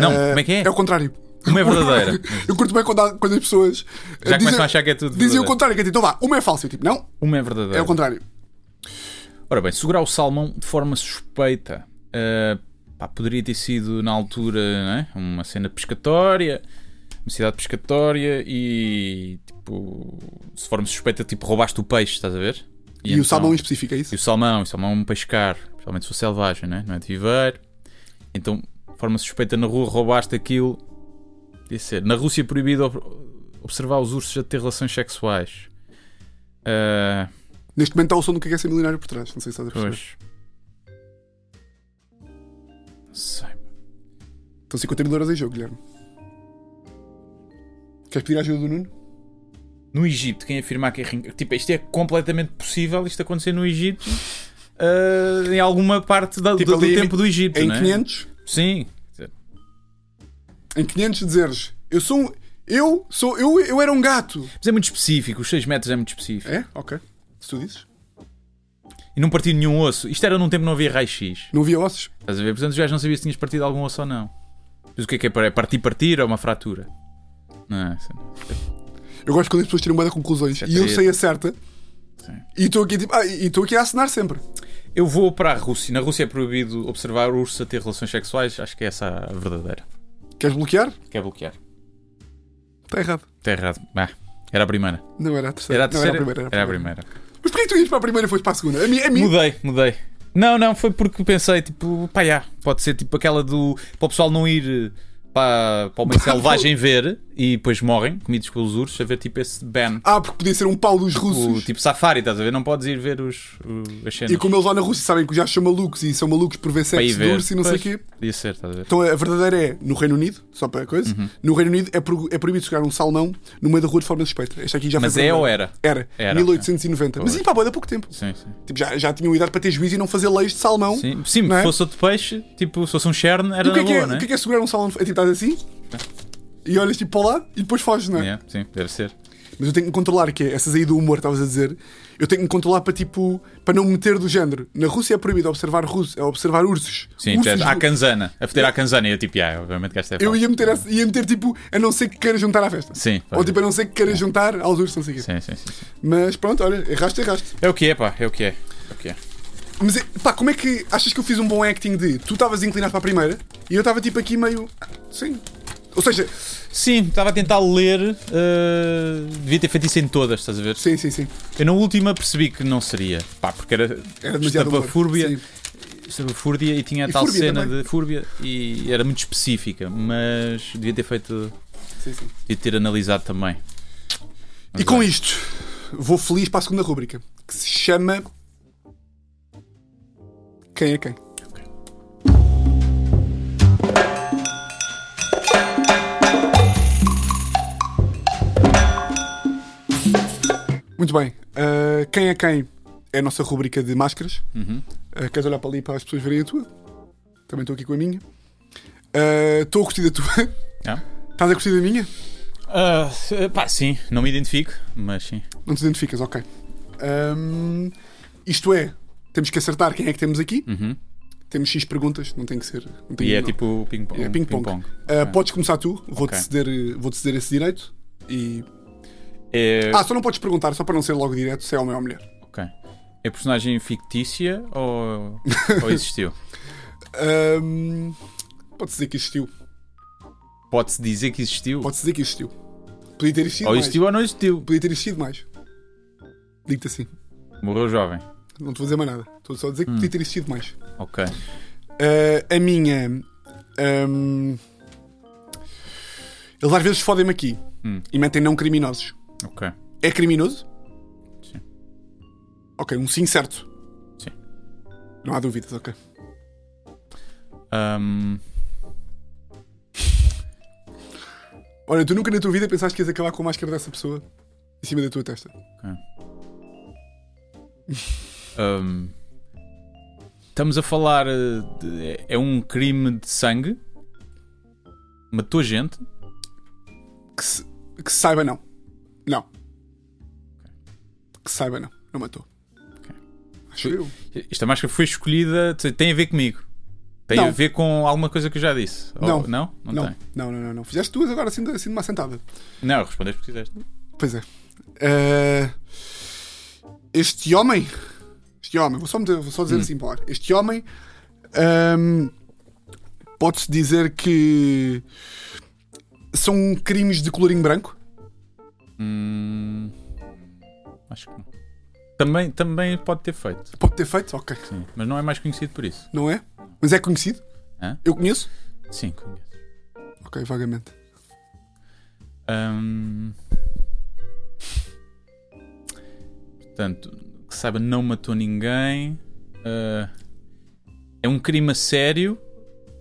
[SPEAKER 2] Não,
[SPEAKER 1] Eh,
[SPEAKER 2] como é que é?
[SPEAKER 1] o contrário.
[SPEAKER 2] Uma
[SPEAKER 1] [laughs]
[SPEAKER 2] é verdadeira.
[SPEAKER 1] Eu curto bem quando, há- quando as pessoas eh,
[SPEAKER 2] Já começam a achar que é tudo.
[SPEAKER 1] dizem o
[SPEAKER 2] verdadeiro.
[SPEAKER 1] contrário, que é tipo, então vá, uma é falsa. Eu tipo, não,
[SPEAKER 2] Uma é
[SPEAKER 1] é
[SPEAKER 2] verdadeira.
[SPEAKER 1] o contrário.
[SPEAKER 2] Ora bem, segurar o salmão de forma suspeita. Ah, pá, poderia ter sido na altura não é? uma cena pescatória, uma cidade pescatória e tipo, se for suspeita, tipo, roubaste o peixe, estás a ver?
[SPEAKER 1] E,
[SPEAKER 2] então-
[SPEAKER 1] o salmão em específico, é
[SPEAKER 2] E
[SPEAKER 1] isso?
[SPEAKER 2] o salmão, e o salmão é um pescar, principalmente se for selvagem, né? não é de viveiro. Então, de forma suspeita na rua, roubaste aquilo. Podia ser. Na Rússia é proibido ob- observar os ursos a ter relações sexuais. Ah,
[SPEAKER 1] Neste momento está o som do que é ser milionário por trás. Não sei se estás a perceber.
[SPEAKER 2] Pois. Não sei.
[SPEAKER 1] Estão 50 mil euros em jogo, Guilherme. Queres pedir a ajuda do Nuno?
[SPEAKER 2] No Egito, quem afirmar que é reencarnado. Tipo, isto é completamente possível, isto acontecer no Egito. ah, em alguma parte da-
[SPEAKER 1] Tipo
[SPEAKER 2] do, do
[SPEAKER 1] ali em-
[SPEAKER 2] tempo do Egito,
[SPEAKER 1] Em
[SPEAKER 2] né?
[SPEAKER 1] 500,
[SPEAKER 2] Sim.
[SPEAKER 1] em 500 dizeres, eu sou um, eu sou, eu, eu era um gato.
[SPEAKER 2] Mas é muito específico, os 6 metros é muito específico.
[SPEAKER 1] É? Ok. Se tu dizes.
[SPEAKER 2] E não partir nenhum osso. Isto era num tempo que não havia raio-x.
[SPEAKER 1] Não havia ossos.
[SPEAKER 2] Estás a ver? Portanto, os gajos não sabiam se tinhas partido algum osso ou não. Mas o que é que é? É partir, partir ou uma fratura? Não, é? isso não.
[SPEAKER 1] Eu gosto quando as pessoas tiram boas conclusões.
[SPEAKER 2] é
[SPEAKER 1] E eu
[SPEAKER 2] treta.
[SPEAKER 1] sei a certa.
[SPEAKER 2] Sim.
[SPEAKER 1] E estou aqui tipo, ah, e estou aqui a assinar sempre.
[SPEAKER 2] Eu vou para a Rússia. Na Rússia é proibido observar ursos a ter relações sexuais. Acho que é essa a verdadeira.
[SPEAKER 1] Queres bloquear? Tá
[SPEAKER 2] Quer bloquear.
[SPEAKER 1] Está errado.
[SPEAKER 2] Está errado. Ah, era a primeira.
[SPEAKER 1] Não era a terceira. Não,
[SPEAKER 2] Era a terceira?
[SPEAKER 1] era a primeira.
[SPEAKER 2] Era a primeira.
[SPEAKER 1] Mas Porquê é que tu ias para a primeira e foste para a segunda? A mim, a mim
[SPEAKER 2] Mudei, mudei. Não, não, foi porque pensei, tipo, pá, já, pode ser tipo aquela do. para o pessoal não ir eh, para,
[SPEAKER 1] [laughs]
[SPEAKER 2] para uma selvagem ver e depois morrem, comidos pelos ursos, a ver tipo esse ban.
[SPEAKER 1] Ah, porque podia ser um pau dos
[SPEAKER 2] O,
[SPEAKER 1] russos.
[SPEAKER 2] tipo safari, estás a ver? Não podes ir ver os, o- as cenas.
[SPEAKER 1] E como eles lá na Rússia sabem que os gajos são malucos e são malucos por ver
[SPEAKER 2] para ir
[SPEAKER 1] sexo de
[SPEAKER 2] ver.
[SPEAKER 1] urso e não
[SPEAKER 2] Pois,
[SPEAKER 1] sei o quê.
[SPEAKER 2] Podia ser, estás a ver?
[SPEAKER 1] Então a verdadeira é, no Reino Unido, só para coisa,
[SPEAKER 2] Uhum.
[SPEAKER 1] no Reino Unido é, pro- é proibido jogar um salmão no meio da rua de forma suspeita. Este aqui já foi
[SPEAKER 2] Mas é
[SPEAKER 1] proibido.
[SPEAKER 2] ou era?
[SPEAKER 1] Era,
[SPEAKER 2] Era,
[SPEAKER 1] 1890. Mas e pá, boa, há pouco tempo.
[SPEAKER 2] Sim, sim.
[SPEAKER 1] Tipo, já, já tinham idade para ter juízo e não fazer leis de salmão.
[SPEAKER 2] Sim, sim
[SPEAKER 1] Não é?
[SPEAKER 2] se fosse outro peixe, tipo, se fosse um cherne, era
[SPEAKER 1] E o que é
[SPEAKER 2] na
[SPEAKER 1] que
[SPEAKER 2] boa,
[SPEAKER 1] é,
[SPEAKER 2] não
[SPEAKER 1] o
[SPEAKER 2] é?
[SPEAKER 1] que é que é segurar um salmão? É tipo, estás assim e olhas tipo para o lado e depois foges, não é?
[SPEAKER 2] Yeah, sim, deve ser.
[SPEAKER 1] Mas eu tenho que me controlar, que é essas aí do humor, estavas a dizer. Eu tenho que me controlar para tipo, para não me meter do género. Na Rússia é proibido observar, russo, é observar ursos.
[SPEAKER 2] Sim,
[SPEAKER 1] ursos
[SPEAKER 2] tens,
[SPEAKER 1] ru-
[SPEAKER 2] à canzana, a foder à canzana, e eu tipo, yeah, obviamente que esta é
[SPEAKER 1] Eu
[SPEAKER 2] falsa.
[SPEAKER 1] ia meter, essa- ia meter tipo, a não ser que queira juntar à festa.
[SPEAKER 2] Sim,
[SPEAKER 1] Ou tipo, a não ser que queira juntar aos ursos, não sei o quê.
[SPEAKER 2] sim, sim, sim, sim.
[SPEAKER 1] Mas pronto, olha, erraste, erraste.
[SPEAKER 2] É o que é, pá, é o que é. É o que é.
[SPEAKER 1] Mas pá, como é que achas que eu fiz um bom acting de tu estavas inclinado para a primeira e eu estava tipo aqui meio. ah, Sim. Ou seja,
[SPEAKER 2] Sim, estava a tentar ler. eh, devia ter feito isso em todas, estás a ver?
[SPEAKER 1] sim, sim, sim.
[SPEAKER 2] Eu na última percebi que não seria. Pá, porque era,
[SPEAKER 1] Era demasiado humor.
[SPEAKER 2] estapafúrbia.
[SPEAKER 1] Sim.
[SPEAKER 2] Estapafúrbia e tinha a
[SPEAKER 1] E
[SPEAKER 2] tal
[SPEAKER 1] fúrbia
[SPEAKER 2] cena
[SPEAKER 1] também.
[SPEAKER 2] de fúrbia e era muito específica, mas devia ter feito.
[SPEAKER 1] Sim, sim.
[SPEAKER 2] devia ter analisado também.
[SPEAKER 1] E com isto, vou feliz para a segunda rúbrica, que se chama. Quem é quem? Muito bem. ah, quem é quem é a nossa rúbrica de máscaras.
[SPEAKER 2] Uhum.
[SPEAKER 1] Ah, queres olhar para ali para as pessoas verem a tua? Também estou aqui com a minha. Ah, Estou a curtir da tua.
[SPEAKER 2] Ah?
[SPEAKER 1] Estás a curtir da minha?
[SPEAKER 2] Ah, pá, sim, não me identifico, mas sim.
[SPEAKER 1] Não te identificas, ok. Ahm, isto é, temos que acertar quem é que temos aqui.
[SPEAKER 2] Uhum.
[SPEAKER 1] Temos X perguntas, não tem que ser. Não tem
[SPEAKER 2] E é
[SPEAKER 1] não.
[SPEAKER 2] tipo ping-pong.
[SPEAKER 1] É ping-pong.
[SPEAKER 2] ping-pong.
[SPEAKER 1] Ah, Podes começar tu, vou-te
[SPEAKER 2] Ok.
[SPEAKER 1] ceder, vou ceder esse direito. E...
[SPEAKER 2] É,
[SPEAKER 1] Ah, só não podes perguntar, só para não ser logo direto, se é homem ou mulher.
[SPEAKER 2] ok. É personagem fictícia ou,
[SPEAKER 1] [laughs]
[SPEAKER 2] ou existiu?
[SPEAKER 1] Ahm, Pode-se dizer que existiu.
[SPEAKER 2] Pode-se dizer que existiu?
[SPEAKER 1] Pode-se dizer que existiu. Podia ter existido
[SPEAKER 2] Ou
[SPEAKER 1] mais.
[SPEAKER 2] existiu ou não existiu?
[SPEAKER 1] Podia ter existido mais. Digo-te assim.
[SPEAKER 2] Morreu jovem.
[SPEAKER 1] Não te vou dizer mais nada. Estou só a
[SPEAKER 2] Hum.
[SPEAKER 1] dizer que podia ter existido mais.
[SPEAKER 2] Ok.
[SPEAKER 1] Uh, a minha. um, eles às vezes fodem-me aqui
[SPEAKER 2] Hum.
[SPEAKER 1] e metem não criminosos.
[SPEAKER 2] Ok.
[SPEAKER 1] É criminoso?
[SPEAKER 2] Sim.
[SPEAKER 1] Ok, um sim certo.
[SPEAKER 2] Sim.
[SPEAKER 1] Não há dúvidas, ok.
[SPEAKER 2] Ahm,
[SPEAKER 1] Olha, tu nunca na tua vida pensaste que ias acabar com a máscara dessa pessoa em cima da tua testa.
[SPEAKER 2] ahm, hum. estamos a falar. eh, de- é um crime de sangue. Matou gente.
[SPEAKER 1] Que se, que se saiba, não. Não. Que se saiba, não. Não matou. Acho eu.
[SPEAKER 2] Esta máscara foi escolhida. te- Tem a ver comigo. Tem
[SPEAKER 1] Não.
[SPEAKER 2] a ver com alguma coisa que eu já disse. Ou-
[SPEAKER 1] Não.
[SPEAKER 2] não? Não,
[SPEAKER 1] Não.
[SPEAKER 2] tem.
[SPEAKER 1] não, não, não, não. Fizeste duas agora assim, de- assim de uma sentada.
[SPEAKER 2] Não, respondeste porque quiseste.
[SPEAKER 1] Pois é. Eh, este homem. Este homem, vou só, meter- vou só dizer assim para o ar. Este homem. ehm, Pode-se dizer que. São crimes de colorinho branco.
[SPEAKER 2] Hum, acho que não. Também, também pode ter feito.
[SPEAKER 1] Pode ter feito? Ok.
[SPEAKER 2] Sim. Mas não é mais conhecido por isso.
[SPEAKER 1] Não é? Mas é conhecido?
[SPEAKER 2] Hã?
[SPEAKER 1] Eu conheço?
[SPEAKER 2] Sim, conheço.
[SPEAKER 1] Ok, vagamente.
[SPEAKER 2] Ahm. Portanto, que saiba, não matou ninguém. Ah, é um crime a sério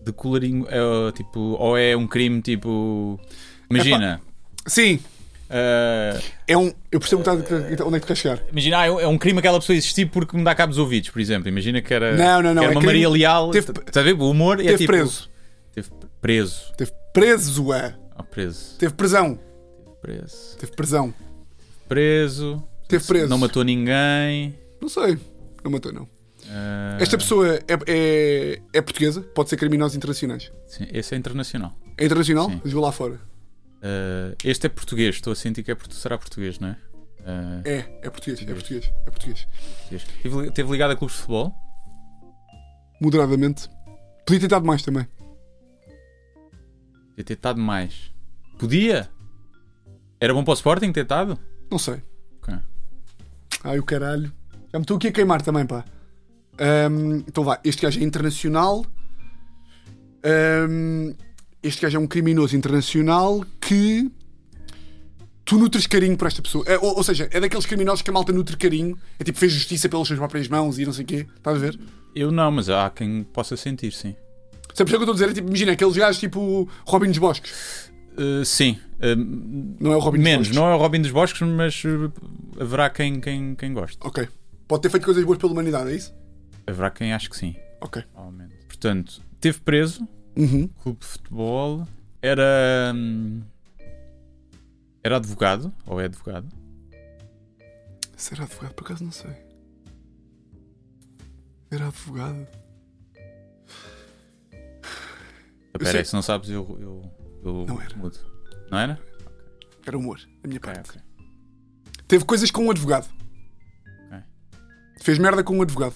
[SPEAKER 2] de colarinho. é, ó, tipo, ou é um crime tipo. Imagina.
[SPEAKER 1] Sim,
[SPEAKER 2] ah,
[SPEAKER 1] é um. Eu percebo que tá- onde é que tu queres chegar.
[SPEAKER 2] imagina, ah, é um- é um crime aquela pessoa existir porque me dá cabo dos ouvidos, por exemplo. Imagina que era,
[SPEAKER 1] Não, não, não,
[SPEAKER 2] que era
[SPEAKER 1] é
[SPEAKER 2] uma
[SPEAKER 1] crime-
[SPEAKER 2] Maria Leal.
[SPEAKER 1] teve-
[SPEAKER 2] Estás a ver? O humor é
[SPEAKER 1] Teve
[SPEAKER 2] tipo.
[SPEAKER 1] preso.
[SPEAKER 2] Teve preso.
[SPEAKER 1] Teve preso, é.
[SPEAKER 2] Ah, preso.
[SPEAKER 1] Teve prisão.
[SPEAKER 2] Preso.
[SPEAKER 1] Teve prisão.
[SPEAKER 2] Preso.
[SPEAKER 1] Teve preso.
[SPEAKER 2] Não matou ninguém.
[SPEAKER 1] Não sei. Não matou, não.
[SPEAKER 2] Ah,
[SPEAKER 1] Esta pessoa é, é- é portuguesa, pode ser criminosos internacionais.
[SPEAKER 2] Sim, esse é internacional.
[SPEAKER 1] É internacional?
[SPEAKER 2] Sim.
[SPEAKER 1] Jogou lá fora.
[SPEAKER 2] Ah, este é português, estou a sentir que é portu- será português, não é? Ah,
[SPEAKER 1] É, é português, é português, é português.
[SPEAKER 2] português. Teve, li- teve ligado a clubes de futebol?
[SPEAKER 1] Moderadamente. Podia ter dado mais também.
[SPEAKER 2] Podia ter estado mais. Podia? Era bom para o Sporting ter estado?
[SPEAKER 1] Não sei.
[SPEAKER 2] Ok.
[SPEAKER 1] Ai, o caralho. Já me estou aqui a queimar também, pá. Ahm, então vá, este gajo é internacional. Ahm, este gajo é um criminoso internacional que tu nutres carinho para esta pessoa. É, ou, ou seja, é daqueles criminosos que a malta nutre carinho. É tipo, fez justiça pelas suas próprias mãos e não sei o quê. Estás a ver?
[SPEAKER 2] Eu não, mas há quem possa sentir, sim.
[SPEAKER 1] Sabes o que eu estou a dizer? É tipo, imagina, aqueles gajos tipo Robin dos Bosques.
[SPEAKER 2] Uh, sim. Uh,
[SPEAKER 1] Não é o Robin
[SPEAKER 2] menos,
[SPEAKER 1] dos Bosques.
[SPEAKER 2] não é o Robin dos Bosques, mas uh, haverá quem, quem, quem goste.
[SPEAKER 1] Ok. Pode ter feito coisas boas pela humanidade, é isso?
[SPEAKER 2] Haverá quem acho que sim,
[SPEAKER 1] Ok.
[SPEAKER 2] provavelmente. Portanto, teve preso,
[SPEAKER 1] Uhum.
[SPEAKER 2] clube de futebol, era. hum, Era advogado, ou é advogado.
[SPEAKER 1] Será advogado? Por acaso não sei. Era advogado.
[SPEAKER 2] Espera
[SPEAKER 1] sei.
[SPEAKER 2] aí, se não sabes, eu, eu, eu
[SPEAKER 1] Não era.
[SPEAKER 2] mudo. Não era?
[SPEAKER 1] Era humor, a minha parte.
[SPEAKER 2] Ok, ok.
[SPEAKER 1] Teve coisas com um advogado.
[SPEAKER 2] Ok.
[SPEAKER 1] Fez merda com um advogado.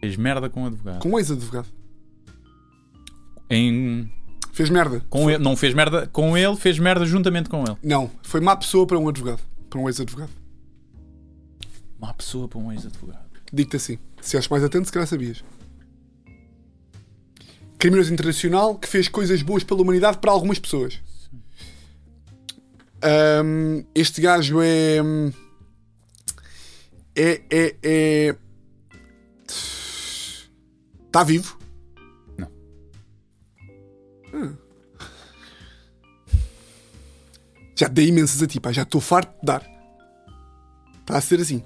[SPEAKER 2] Fez merda com o advogado.
[SPEAKER 1] Com um ex-advogado.
[SPEAKER 2] Em-
[SPEAKER 1] Fez merda.
[SPEAKER 2] com ele, não fez merda com ele, fez merda juntamente com ele.
[SPEAKER 1] Não, foi má pessoa para um advogado. Para um ex-advogado.
[SPEAKER 2] Uma pessoa para um ex-advogado.
[SPEAKER 1] Digo-te assim. Se és mais atento, se calhar sabias. Criminoso internacional que fez coisas boas pela humanidade para algumas pessoas. Ahm, este gajo é. É. É. é... Está vivo?
[SPEAKER 2] Não.
[SPEAKER 1] Hum. Já te dei imensas a ti, pá. Já estou farto de dar. Está a ser assim.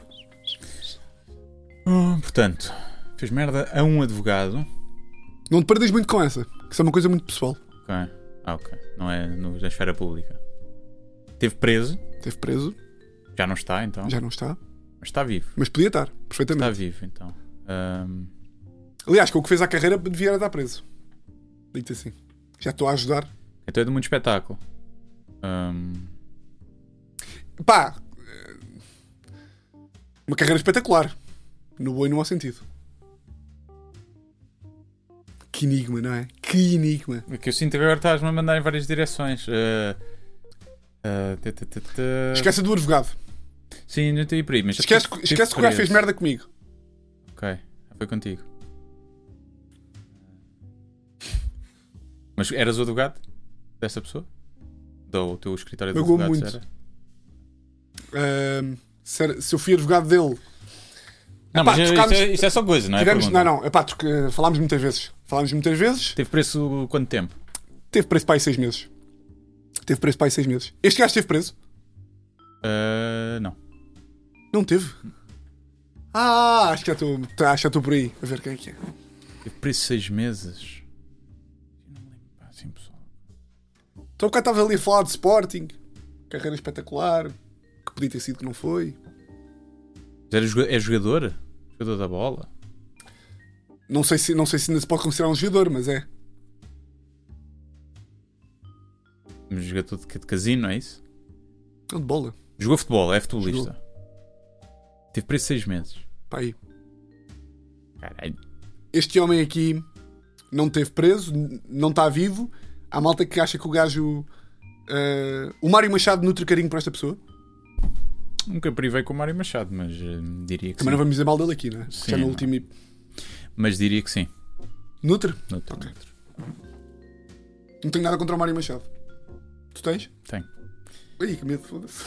[SPEAKER 1] Ah.
[SPEAKER 2] Hum, Portanto, fez merda a um advogado.
[SPEAKER 1] Não te perdes muito com essa, que isso é uma coisa muito pessoal.
[SPEAKER 2] Ok. Ah, ok. Não é no, na esfera pública. Teve preso.
[SPEAKER 1] Esteve preso,
[SPEAKER 2] Já não está, então.
[SPEAKER 1] já não está,
[SPEAKER 2] Mas está vivo.
[SPEAKER 1] mas podia estar,
[SPEAKER 2] Está
[SPEAKER 1] perfeitamente.
[SPEAKER 2] vivo, então. Ahm,
[SPEAKER 1] Aliás, com o que fez à carreira, devia era estar preso. Digo-te assim. Já estou a ajudar.
[SPEAKER 2] então é de muito espetáculo. Ahm,
[SPEAKER 1] Pá! eh, Uma carreira espetacular. No bom e no mau sentido. Que enigma, não é? Que enigma.
[SPEAKER 2] é que eu sinto que agora estás-me a mandar em várias direções. Ah, ah, tê, tê, tê, tê.
[SPEAKER 1] Esquece do advogado.
[SPEAKER 2] Sim, não tenho por aí, mas já
[SPEAKER 1] Esquece,
[SPEAKER 2] tive- tive
[SPEAKER 1] esquece que o gajo fez
[SPEAKER 2] preso.
[SPEAKER 1] merda comigo.
[SPEAKER 2] Ok, já foi contigo. Mas eras o advogado dessa pessoa? Do teu escritório de
[SPEAKER 1] Pagou
[SPEAKER 2] advogados
[SPEAKER 1] muito.
[SPEAKER 2] era?
[SPEAKER 1] Ahm, se, era- se eu fui advogado dele,
[SPEAKER 2] Não,
[SPEAKER 1] Epá,
[SPEAKER 2] mas isso,
[SPEAKER 1] trocámos-
[SPEAKER 2] é, isso é só coisa, não é?
[SPEAKER 1] tivemos.
[SPEAKER 2] Pergunta.
[SPEAKER 1] Não, não, epá, porque, eh, falámos muitas vezes. Falámos muitas vezes.
[SPEAKER 2] Teve preço quanto tempo?
[SPEAKER 1] Teve preso para aí seis meses. Teve preso para aí seis meses. Este gajo esteve preso?
[SPEAKER 2] Ah, não.
[SPEAKER 1] Não teve. Ah, acho que já estou tá, acho que já estou por aí. A ver quem é que é.
[SPEAKER 2] Teve preço seis meses. Eu não me lembro. pá, Assim, pessoal.
[SPEAKER 1] Então o cara estava ali a falar de Sporting. Carreira espetacular. Que podia ter sido que não foi.
[SPEAKER 2] Mas era joga- é jogador? Jogador da bola?
[SPEAKER 1] Não sei se, não sei se ainda se pode considerar um jogador, mas é.
[SPEAKER 2] Mas Jogador de, ca- de casino, é isso?
[SPEAKER 1] Então de bola.
[SPEAKER 2] Jogou futebol, é futebolista. Teve preço seis meses.
[SPEAKER 1] Pá aí.
[SPEAKER 2] Caralho.
[SPEAKER 1] Este homem aqui não teve preso, n- não está vivo. Há malta que acha que o gajo. eh, o Mário Machado nutre carinho para esta pessoa.
[SPEAKER 2] Nunca privei com o Mário Machado, mas eh, diria que
[SPEAKER 1] Também não
[SPEAKER 2] sim.
[SPEAKER 1] vamos dizer mal dele aqui, né?
[SPEAKER 2] Sim,
[SPEAKER 1] Já no
[SPEAKER 2] não.
[SPEAKER 1] último. ep-
[SPEAKER 2] Mas diria que sim.
[SPEAKER 1] Nutre?
[SPEAKER 2] Noutro,
[SPEAKER 1] Ok.
[SPEAKER 2] noutro.
[SPEAKER 1] Não tenho nada contra o Mário Machado. Tu tens?
[SPEAKER 2] Tenho.
[SPEAKER 1] Ai, que medo, foda-se.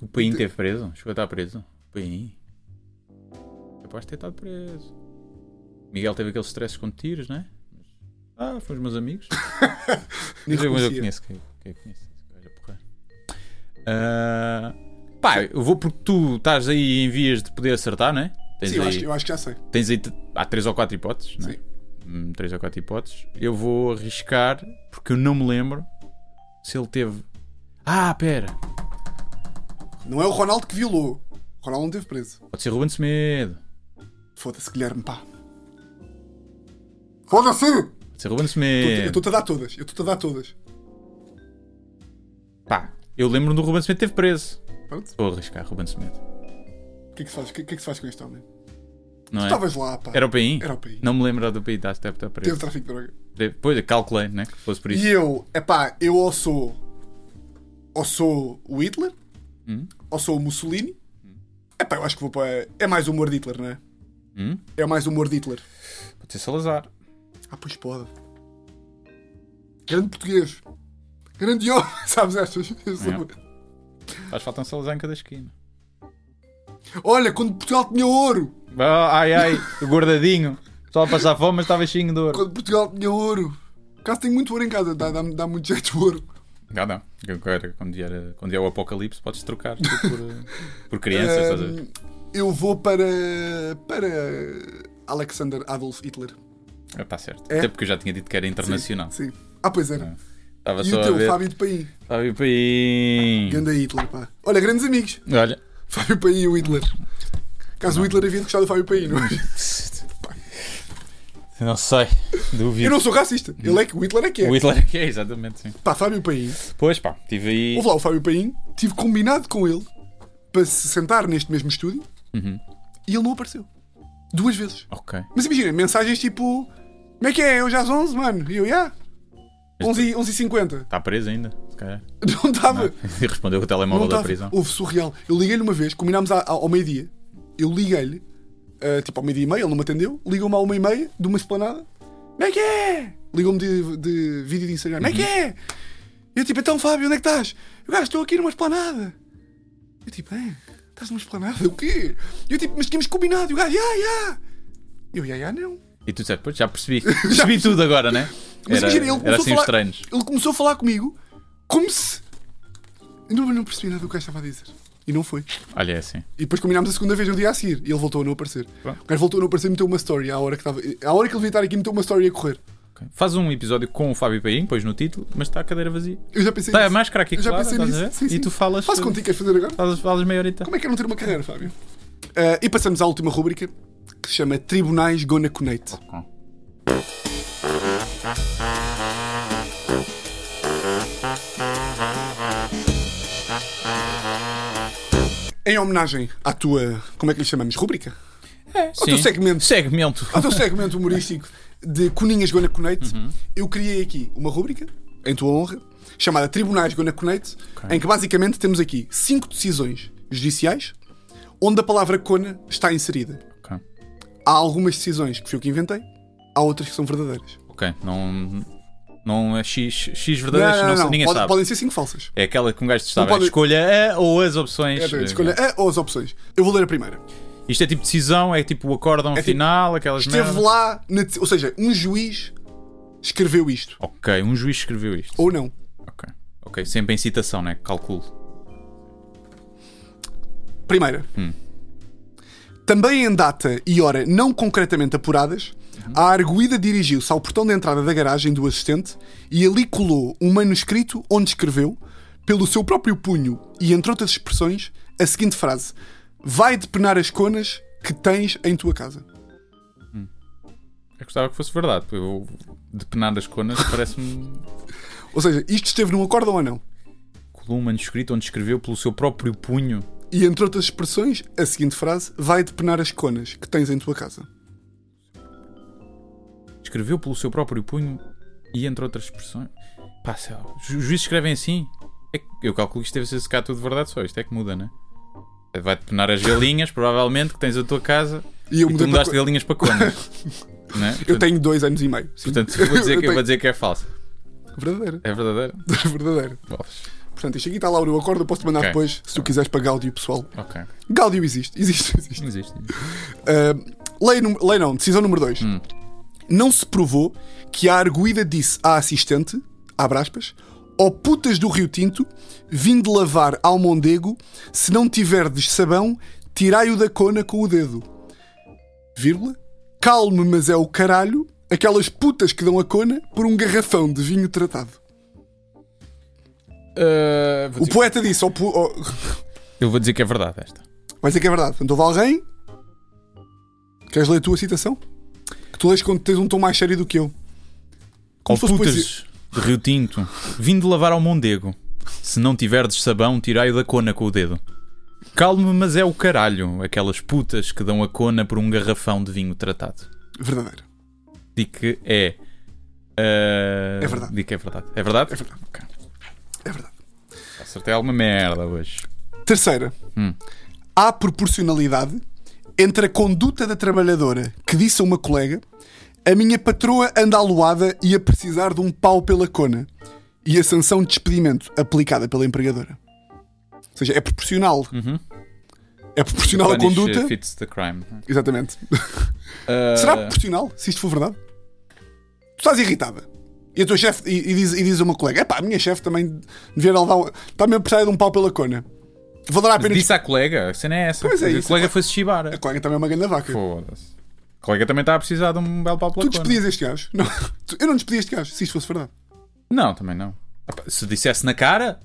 [SPEAKER 2] O Paim esteve preso? Chegou a estar preso? O Paim? Capaz de ter estado preso. Miguel teve aqueles stress com tiros, não é? Ah, foram os meus amigos.
[SPEAKER 1] Nem
[SPEAKER 2] Mas eu, mas eu
[SPEAKER 1] reconhecia.
[SPEAKER 2] conheço quem quem eu conheço. esse gajo, é porra. Ah, pá, eu vou porque tu estás aí em vias de poder acertar, não é? Tens
[SPEAKER 1] Sim, eu
[SPEAKER 2] aí-
[SPEAKER 1] acho, eu acho que já sei.
[SPEAKER 2] tens aí t- há três ou quatro hipóteses, não é?
[SPEAKER 1] Sim.
[SPEAKER 2] Hum, Três ou quatro hipóteses. Eu vou arriscar porque eu não me lembro se ele teve. Ah, pera!
[SPEAKER 1] Não é o Ronaldo que violou. O Ronaldo não teve preso.
[SPEAKER 2] Pode ser Ruben Semedo.
[SPEAKER 1] Foda-se, Guilherme, pá. Foda-se!
[SPEAKER 2] Pode ser Ruben
[SPEAKER 1] Eu
[SPEAKER 2] Semedo.
[SPEAKER 1] estou-te a dar todas. Eu estou-te a dar todas.
[SPEAKER 2] Pá, eu lembro-me do Ruben Semedo teve preso.
[SPEAKER 1] Pronto.
[SPEAKER 2] Vou arriscar Ruben Semedo.
[SPEAKER 1] O que é que se faz, o que é que se faz com este homem?
[SPEAKER 2] Não é?
[SPEAKER 1] Estavas lá, pá.
[SPEAKER 2] Era o PI?
[SPEAKER 1] Era o PI.
[SPEAKER 2] Não me lembro do PI, está deve
[SPEAKER 1] Teve
[SPEAKER 2] estar preso.
[SPEAKER 1] tráfico de droga.
[SPEAKER 2] Deve- Pois, eu calculei, né? Que fosse por isso.
[SPEAKER 1] E eu, é pá, eu ou
[SPEAKER 2] Hum?
[SPEAKER 1] sou. Ou sou o Hitler. Ou sou o Mussolini. Epá, eu acho que vou para. É mais humor de Hitler, não é?
[SPEAKER 2] Hum?
[SPEAKER 1] É mais humor de Hitler.
[SPEAKER 2] Pode ser Salazar.
[SPEAKER 1] Ah, pois pode. Grande português. Grande homem, [laughs] sabes estas?
[SPEAKER 2] Faz falta um Salazar em cada esquina.
[SPEAKER 1] Olha, quando Portugal tinha ouro.
[SPEAKER 2] Ah, ai [laughs] ai, o gordadinho. Só a passar fome, mas estava cheio de ouro.
[SPEAKER 1] Quando Portugal tinha ouro. Caso tenho muito ouro em casa, dá, dá, dá muito jeito de ouro.
[SPEAKER 2] Ah, não. Eu quero- Quando vier, quando vier o apocalipse, podes trocar tu por, eh, por crianças. estás a ver?
[SPEAKER 1] Ahm, eu vou para. para. Alexander Adolf Hitler.
[SPEAKER 2] Ah, Está certo.
[SPEAKER 1] É?
[SPEAKER 2] Até porque eu já tinha dito que era internacional.
[SPEAKER 1] Sim. Ah, pois era.
[SPEAKER 2] Estava
[SPEAKER 1] E
[SPEAKER 2] só
[SPEAKER 1] o
[SPEAKER 2] a
[SPEAKER 1] teu,
[SPEAKER 2] ver.
[SPEAKER 1] Fábio Ah, de Paim.
[SPEAKER 2] Fábio Paim.
[SPEAKER 1] Ganda Hitler, pá. Olha, grandes amigos. [laughs]
[SPEAKER 2] Olha.
[SPEAKER 1] Fábio Paim e o Hitler. Caso o Hitler havia de gostar do Fábio Paim, não é?
[SPEAKER 2] [laughs] Não sei.
[SPEAKER 1] Eu
[SPEAKER 2] Duvido.
[SPEAKER 1] não sou racista. Ele é que o Hitler é que é.
[SPEAKER 2] O Hitler é que é, exatamente. Sim.
[SPEAKER 1] Pá, Fábio Paim.
[SPEAKER 2] Pois pá, tive aí.
[SPEAKER 1] Houve lá o Fábio Paim. Tive combinado com ele para se sentar neste mesmo estúdio
[SPEAKER 2] Uhum.
[SPEAKER 1] e ele não apareceu. Duas vezes.
[SPEAKER 2] Ok.
[SPEAKER 1] Mas imagina, mensagens tipo: Como é que é? Hoje às 11, mano. E eu, já. 11 e 11h50.
[SPEAKER 2] Está tá preso ainda, se calhar.
[SPEAKER 1] [laughs]
[SPEAKER 2] [laughs]
[SPEAKER 1] Não estava.
[SPEAKER 2] E respondeu com o telemóvel
[SPEAKER 1] Não tá
[SPEAKER 2] da
[SPEAKER 1] tava.
[SPEAKER 2] prisão.
[SPEAKER 1] Houve surreal. Eu liguei-lhe uma vez, combinámos à- à- ao meio-dia. Eu liguei-lhe, ah, tipo ao meio-dia e meia, ele não me atendeu. Ligou-me à uma e meia de uma esplanada. Como é que é? Ligou-me de, de vídeo de Instagram. Como é que
[SPEAKER 2] Uhum.
[SPEAKER 1] é? E eu tipo, então Fábio, onde é que estás? Eu gajo, estou aqui numa esplanada. Eu tipo, é? Estás numa esplanada? O quê? E eu tipo, mas tínhamos combinado. E o gajo, ya, ya. Eu, ya, ya, não.
[SPEAKER 2] E tu disseste, pois
[SPEAKER 1] [laughs]
[SPEAKER 2] já percebi. Percebi tudo agora, né?
[SPEAKER 1] Mas
[SPEAKER 2] Era,
[SPEAKER 1] imagina, ele
[SPEAKER 2] era
[SPEAKER 1] começou,
[SPEAKER 2] assim
[SPEAKER 1] a
[SPEAKER 2] os
[SPEAKER 1] falar,
[SPEAKER 2] treinos.
[SPEAKER 1] ele começou a falar comigo como se. Eu não, eu não percebi nada do que o gajo estava a dizer. E não foi.
[SPEAKER 2] Olha, é assim.
[SPEAKER 1] E depois combinámos a segunda vez no dia a seguir e ele voltou a não aparecer.
[SPEAKER 2] Pronto.
[SPEAKER 1] O gajo voltou a não aparecer e meteu uma story à hora que estava. À hora que ele devia estar aqui, meteu uma story a correr.
[SPEAKER 2] Ok. Faz um episódio com o Fábio Paim, pois no título, mas está a cadeira vazia.
[SPEAKER 1] Eu já pensei
[SPEAKER 2] Está a
[SPEAKER 1] nisso.
[SPEAKER 2] máscara aqui
[SPEAKER 1] Eu já
[SPEAKER 2] colada,
[SPEAKER 1] pensei
[SPEAKER 2] é estás a
[SPEAKER 1] nisso.
[SPEAKER 2] ver?
[SPEAKER 1] Sim,
[SPEAKER 2] E
[SPEAKER 1] sim.
[SPEAKER 2] tu falas.
[SPEAKER 1] Faço contigo, queres fazer agora?
[SPEAKER 2] Falas, falas meia horita.
[SPEAKER 1] Como é que eu não ter uma carreira, Fábio? Ah, e passamos à última rúbrica que se chama Tribunais Gonna Connect. Em homenagem à tua. Como é que lhe chamamos? Rúbrica?
[SPEAKER 2] É,
[SPEAKER 1] Ao teu
[SPEAKER 2] sim.
[SPEAKER 1] segmento.
[SPEAKER 2] Segmento.
[SPEAKER 1] Ao teu segmento humorístico de Coninhas Gonna Connect,
[SPEAKER 2] Uhum.
[SPEAKER 1] eu criei aqui uma rúbrica, em tua honra, chamada Tribunais Gonna Connect, em que basicamente temos aqui cinco decisões judiciais onde a palavra cona está inserida.
[SPEAKER 2] Ok.
[SPEAKER 1] Há algumas decisões que fui eu que inventei, há outras que são verdadeiras.
[SPEAKER 2] Ok, não, não é X, X verdadeiras, não, sei- ninguém
[SPEAKER 1] Pode-
[SPEAKER 2] sabe.
[SPEAKER 1] Podem ser cinco falsas.
[SPEAKER 2] É aquela que um gajo testava.
[SPEAKER 1] Não pode-
[SPEAKER 2] Escolha a ou as opções.
[SPEAKER 1] É, escolha a ou as opções. Eu vou ler a primeira.
[SPEAKER 2] Isto é tipo decisão, é tipo o acórdão
[SPEAKER 1] tipo-
[SPEAKER 2] final, aquelas
[SPEAKER 1] Esteve
[SPEAKER 2] merdas.
[SPEAKER 1] lá, na deci- ou seja, um juiz escreveu isto.
[SPEAKER 2] Ok, um juiz escreveu isto.
[SPEAKER 1] Ou não.
[SPEAKER 2] Ok. Ok, sempre em citação, né? Calculo.
[SPEAKER 1] Primeira.
[SPEAKER 2] Hum.
[SPEAKER 1] Também em data e hora não concretamente apuradas, a arguída dirigiu-se ao portão de entrada da garagem do assistente e ali colou um manuscrito onde escreveu, pelo seu próprio punho e entre outras expressões, a seguinte frase: Vai depenar as conas que tens em tua casa.
[SPEAKER 2] Eu gostava que fosse verdade, porque eu depenar das conas parece-me [laughs]
[SPEAKER 1] Ou seja, isto esteve num acórdão ou não?
[SPEAKER 2] colou um manuscrito onde escreveu pelo seu próprio punho.
[SPEAKER 1] E entre outras expressões, a seguinte frase: Vai depenar as conas que tens em tua casa.
[SPEAKER 2] Escreveu pelo seu próprio punho e entre outras expressões. Pá, sei lá, os juízes escrevem assim. É que eu calculo que isto deve ser se cá tudo verdade só. Isto é que muda, né? Vai depenar as galinhas, [laughs] provavelmente, que tens a tua casa.
[SPEAKER 1] E eu
[SPEAKER 2] e tu
[SPEAKER 1] mudei para
[SPEAKER 2] mudaste
[SPEAKER 1] co-
[SPEAKER 2] galinhas para
[SPEAKER 1] [laughs]
[SPEAKER 2] conas. né?
[SPEAKER 1] Eu
[SPEAKER 2] Portanto-
[SPEAKER 1] tenho dois anos e meio. Sim.
[SPEAKER 2] Portanto, eu vou dizer,
[SPEAKER 1] Eu
[SPEAKER 2] que, eu vou
[SPEAKER 1] tenho-
[SPEAKER 2] dizer que é falsa.
[SPEAKER 1] Verdadeiro. [laughs]
[SPEAKER 2] É verdadeira?
[SPEAKER 1] Verdadeiro.
[SPEAKER 2] Bolas.
[SPEAKER 1] Portanto, isto aqui está lá o meu acordo, eu posso mandar
[SPEAKER 2] Ok.
[SPEAKER 1] depois, se tu quiseres, para Gáudio, pessoal.
[SPEAKER 2] Ok.
[SPEAKER 1] Gáudio existe, existe, existe.
[SPEAKER 2] Não existe.
[SPEAKER 1] Ah, lei, num- lei não, decisão número 2. Não se provou que a arguída disse à assistente, abre aspas, ó putas do Rio Tinto, vim de lavar ao Mondego, se não tiverdes sabão, tirai-o da cona com o dedo. Vírgula. Calme, mas é o caralho, aquelas putas que dão a cona por um garrafão de vinho tratado.
[SPEAKER 2] Ah, vou
[SPEAKER 1] O
[SPEAKER 2] dizer-
[SPEAKER 1] poeta disse ao... pu- ao-
[SPEAKER 2] Eu vou dizer que é verdade esta.
[SPEAKER 1] Vai ser que é verdade. Portanto, houve alguém. Queres ler a tua citação? Que tu lês quando tens um tom mais sério do que eu.
[SPEAKER 2] Ó
[SPEAKER 1] Como se fosse poesia.
[SPEAKER 2] putas de Rio Tinto, vim de lavar ao Mondego. Se não tiverdes sabão, tirai-o da cona com o dedo. Calme, mas é o caralho, aquelas putas que dão a cona por um garrafão de vinho tratado.
[SPEAKER 1] Verdadeiro.
[SPEAKER 2] Digo que é. ah,
[SPEAKER 1] É verdade.
[SPEAKER 2] Digo que é verdade. É verdade?
[SPEAKER 1] É verdade.
[SPEAKER 2] Ok.
[SPEAKER 1] É verdade.
[SPEAKER 2] Acertei alguma merda hoje.
[SPEAKER 1] Terceira. há proporcionalidade entre a conduta da trabalhadora que disse a uma colega: A minha patroa anda aluada e a precisar de um pau pela cona, e a sanção de despedimento aplicada pela empregadora. Ou seja, é proporcional. É proporcional à
[SPEAKER 2] Punish, uh,
[SPEAKER 1] conduta.
[SPEAKER 2] Fits the crime.
[SPEAKER 1] Exatamente.
[SPEAKER 2] Uh,
[SPEAKER 1] Será proporcional, se isto for verdade? Tu estás irritada. E a tua chefe, e, e diz, e diz a uma colega: Epá, a minha chefe também devia dar um. Está-me a precisar de um pau pela cona. Valerá a pena.
[SPEAKER 2] Disse à colega, a cena é essa.
[SPEAKER 1] Pois é
[SPEAKER 2] a
[SPEAKER 1] isso,
[SPEAKER 2] colega
[SPEAKER 1] é-
[SPEAKER 2] foi-se chibar.
[SPEAKER 1] A colega também é uma grande vaca.
[SPEAKER 2] Foda-se. A colega também está a precisar de um belo pau pela
[SPEAKER 1] Tu
[SPEAKER 2] cona.
[SPEAKER 1] despedias este gajo? Não, tu- eu não despedia este gajo, se isto fosse verdade.
[SPEAKER 2] Não, também não. Opa, Se dissesse na cara,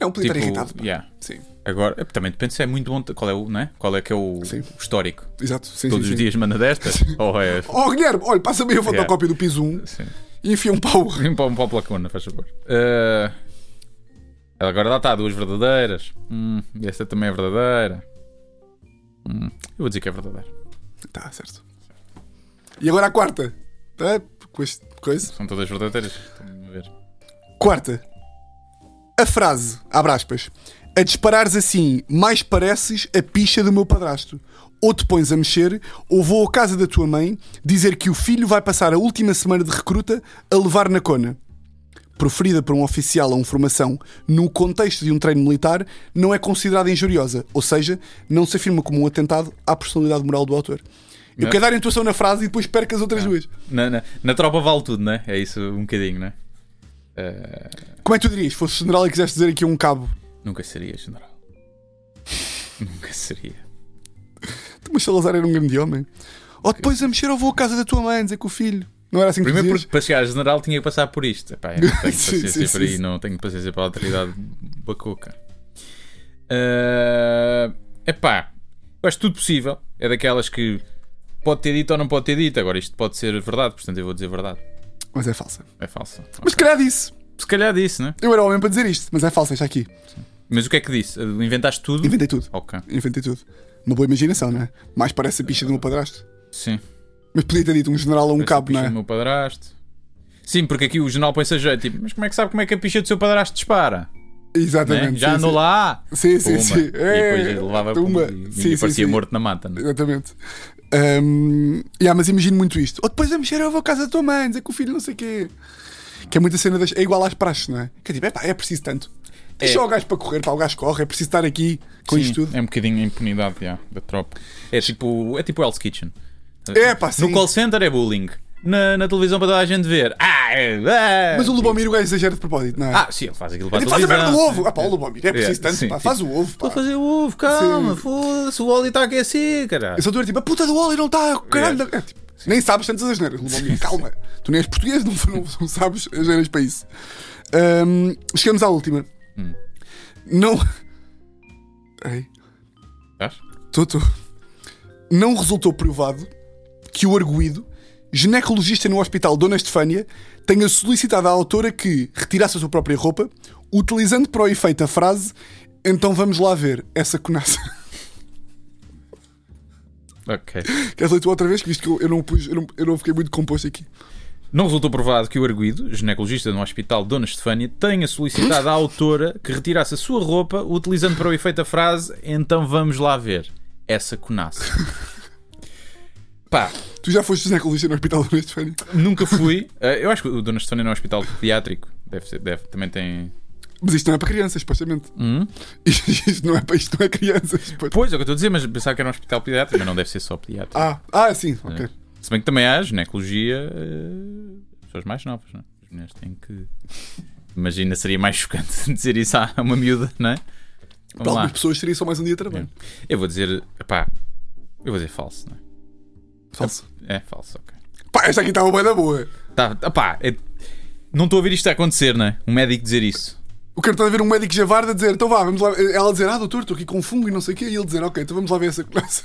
[SPEAKER 1] Não, podia estar
[SPEAKER 2] tipo,
[SPEAKER 1] É um irritado. pá.
[SPEAKER 2] yeah.
[SPEAKER 1] Sim,
[SPEAKER 2] Agora, eh, também depende se é muito bom. Qual é, o, não é? Qual é que é o,
[SPEAKER 1] Sim.
[SPEAKER 2] o histórico?
[SPEAKER 1] exato. Sim,
[SPEAKER 2] Todos
[SPEAKER 1] sim,
[SPEAKER 2] os
[SPEAKER 1] sim.
[SPEAKER 2] dias
[SPEAKER 1] [laughs]
[SPEAKER 2] manda destas? Ou é.
[SPEAKER 1] Oh, Guilherme, olha, passa-me aí a fotocópia do piso 1
[SPEAKER 2] Sim.
[SPEAKER 1] e enfia um pau.
[SPEAKER 2] Um pau um pau pela cona, faz favor. Eh, agora lá está, duas verdadeiras. Hum, esta também é verdadeira. Hum, eu vou dizer que é verdadeira.
[SPEAKER 1] Tá, certo. E agora a quarta. Tá? Com este coisa.
[SPEAKER 2] São todas verdadeiras. Estão-me a ver.
[SPEAKER 1] Quarta. A frase, abre aspas. A disparares assim, mais pareces a picha do meu padrasto. Ou te pões a mexer, ou vou à casa da tua mãe dizer que o filho vai passar a última semana de recruta a levar na cona. Proferida por um oficial a uma formação no contexto de um treino militar, não é considerada injuriosa, ou seja, não se afirma como um atentado à personalidade moral do autor. Eu
[SPEAKER 2] Não.
[SPEAKER 1] quero dar a intuação na frase e depois perco as outras duas.
[SPEAKER 2] Na, na, na tropa vale tudo, né? É isso um bocadinho, né? Eh,
[SPEAKER 1] Como é que tu dirias? Se fosse general e quiseste dizer aqui um cabo,
[SPEAKER 2] nunca seria, general. [laughs] nunca seria.
[SPEAKER 1] Mas Salazar era um grande homem. Ou depois a mexer, eu vou à casa da tua mãe dizer que o filho. Não era assim que
[SPEAKER 2] Primeiro
[SPEAKER 1] tu
[SPEAKER 2] porque
[SPEAKER 1] dizias?
[SPEAKER 2] para chegar a general tinha que passar por isto. Epá, eu não
[SPEAKER 1] [laughs]
[SPEAKER 2] tenho
[SPEAKER 1] Sim,
[SPEAKER 2] paciência
[SPEAKER 1] sim,
[SPEAKER 2] para
[SPEAKER 1] sim,
[SPEAKER 2] aí,
[SPEAKER 1] sim.
[SPEAKER 2] não tenho paciência para a autoridade bacoca. Eh, epá, eu acho tudo possível. É daquelas que pode ter dito ou não pode ter dito. Agora isto pode ser verdade, portanto eu vou dizer verdade.
[SPEAKER 1] Mas é falsa.
[SPEAKER 2] É falsa.
[SPEAKER 1] Mas se calhar disse.
[SPEAKER 2] Se calhar disse, né?
[SPEAKER 1] Eu era homem para dizer isto, mas é falsa, está aqui.
[SPEAKER 2] Mas o que é que disse? Inventaste tudo?
[SPEAKER 1] Inventei tudo.
[SPEAKER 2] Ok,
[SPEAKER 1] Inventei tudo. Uma boa imaginação, não é? Mais parece a picha do meu padrasto.
[SPEAKER 2] sim.
[SPEAKER 1] Mas podia ter dito um general a um
[SPEAKER 2] Essa
[SPEAKER 1] cabo,
[SPEAKER 2] picha
[SPEAKER 1] não
[SPEAKER 2] do
[SPEAKER 1] é?
[SPEAKER 2] meu padrasto. Sim, porque aqui o jornal põe-se a jeito. Tipo, mas como é que sabe como é que a picha do seu padrasto dispara? Né?
[SPEAKER 1] Exatamente.
[SPEAKER 2] Já
[SPEAKER 1] sim,
[SPEAKER 2] andou
[SPEAKER 1] sim.
[SPEAKER 2] lá.
[SPEAKER 1] Sim, sim,
[SPEAKER 2] Pumba.
[SPEAKER 1] sim.
[SPEAKER 2] E depois ele levava
[SPEAKER 1] Pumba.
[SPEAKER 2] pumba e, e
[SPEAKER 1] Sim, sim,
[SPEAKER 2] aparecia
[SPEAKER 1] sim.
[SPEAKER 2] morto na mata. né?
[SPEAKER 1] Exatamente. Hum, yeah, mas imagino muito isto. Ou depois a mexer, eu vou à casa da tua mãe dizer que o filho não sei o quê. Que é muita cena das. É igual às praxes, não é? Que é tipo, é pá, é preciso tanto. Deixa o gajo para correr, pá, o gajo corre, é preciso estar aqui com
[SPEAKER 2] É. Sim,
[SPEAKER 1] isto tudo.
[SPEAKER 2] É um bocadinho a impunidade já, da tropa. É tipo, é tipo Hell's Kitchen.
[SPEAKER 1] É, pá, sim.
[SPEAKER 2] No call center é bullying. Na, na televisão para toda a gente ver. Ah, é, é.
[SPEAKER 1] Mas o Lubomir, o gajo exagera de propósito, não é?
[SPEAKER 2] Ah, sim, ele faz aquilo para
[SPEAKER 1] Ele
[SPEAKER 2] a
[SPEAKER 1] faz a merda do
[SPEAKER 2] televisão.
[SPEAKER 1] ovo! Ah, pá, o Lubomir, é preciso
[SPEAKER 2] É,
[SPEAKER 1] tanto,
[SPEAKER 2] sim,
[SPEAKER 1] pá,
[SPEAKER 2] sim.
[SPEAKER 1] faz o ovo, pá.
[SPEAKER 2] Estou a fazer o ovo, calma,
[SPEAKER 1] Sim.
[SPEAKER 2] foda-se, o óleo está a aquecer, caralho.
[SPEAKER 1] Eu sou doer, tipo, a puta do óleo não está, caralho.
[SPEAKER 2] É.
[SPEAKER 1] não- é, tipo, nem sabes tantas asneiras, Lubomir, calma. Tu nem és português, não, não, não sabes asneiras para isso. Hum, chegamos à última. Não. Ei.
[SPEAKER 2] Estás?
[SPEAKER 1] Tô, tô. Não resultou provado que o arguído, ginecologista no hospital Dona Estefânia, tenha solicitado à autora que retirasse a sua própria roupa, utilizando para o efeito a frase Então vamos lá ver essa conaça. [laughs]
[SPEAKER 2] Ok.
[SPEAKER 1] Queres ler tu outra vez? Que isto que eu, eu não pus, eu não, eu não fiquei muito composto aqui.
[SPEAKER 2] Não resultou provado que o arguido, ginecologista no hospital Dona Estefânia, tenha solicitado à autora que retirasse a sua roupa, utilizando para o efeito a frase Então vamos lá ver. Essa conaça. Pá,
[SPEAKER 1] Tu já foste ginecologista no hospital Dona Estefânia?
[SPEAKER 2] nunca fui. Eh, Eu acho que o Dona Estefânia é um hospital pediátrico. Deve ser, deve. Também tem.
[SPEAKER 1] Mas isto não é para crianças, supostamente.
[SPEAKER 2] Hum?
[SPEAKER 1] Isto, não é para, isto não é crianças. pois.
[SPEAKER 2] Pois, é o que eu estou a dizer, mas pensava que era um hospital pediátrico, mas não deve ser só pediátrico.
[SPEAKER 1] Ah, ah,
[SPEAKER 2] É.
[SPEAKER 1] sim, ok.
[SPEAKER 2] Se bem que também há ginecologia. eh, pessoas mais novas, não é? As mulheres têm que. Imagina, seria mais chocante [laughs] dizer isso a uma miúda, não é?
[SPEAKER 1] Para
[SPEAKER 2] Vamos lá. É.
[SPEAKER 1] algumas pessoas seria só mais um dia de trabalho.
[SPEAKER 2] Eu vou dizer, pá, eu vou dizer falso, não
[SPEAKER 1] Falso.
[SPEAKER 2] é? É falso, ok.
[SPEAKER 1] Pá, esta aqui estava bem da boa.
[SPEAKER 2] Tá, pá, é- não estou a ouvir isto a acontecer, não é? Um médico dizer isso.
[SPEAKER 1] O cara está a ver um médico javarde a dizer, então vá, vamos lá. Ela dizer, ah, doutor, estou aqui com fungo e não sei o quê. E ele dizer, ok, então vamos lá ver essa coisa.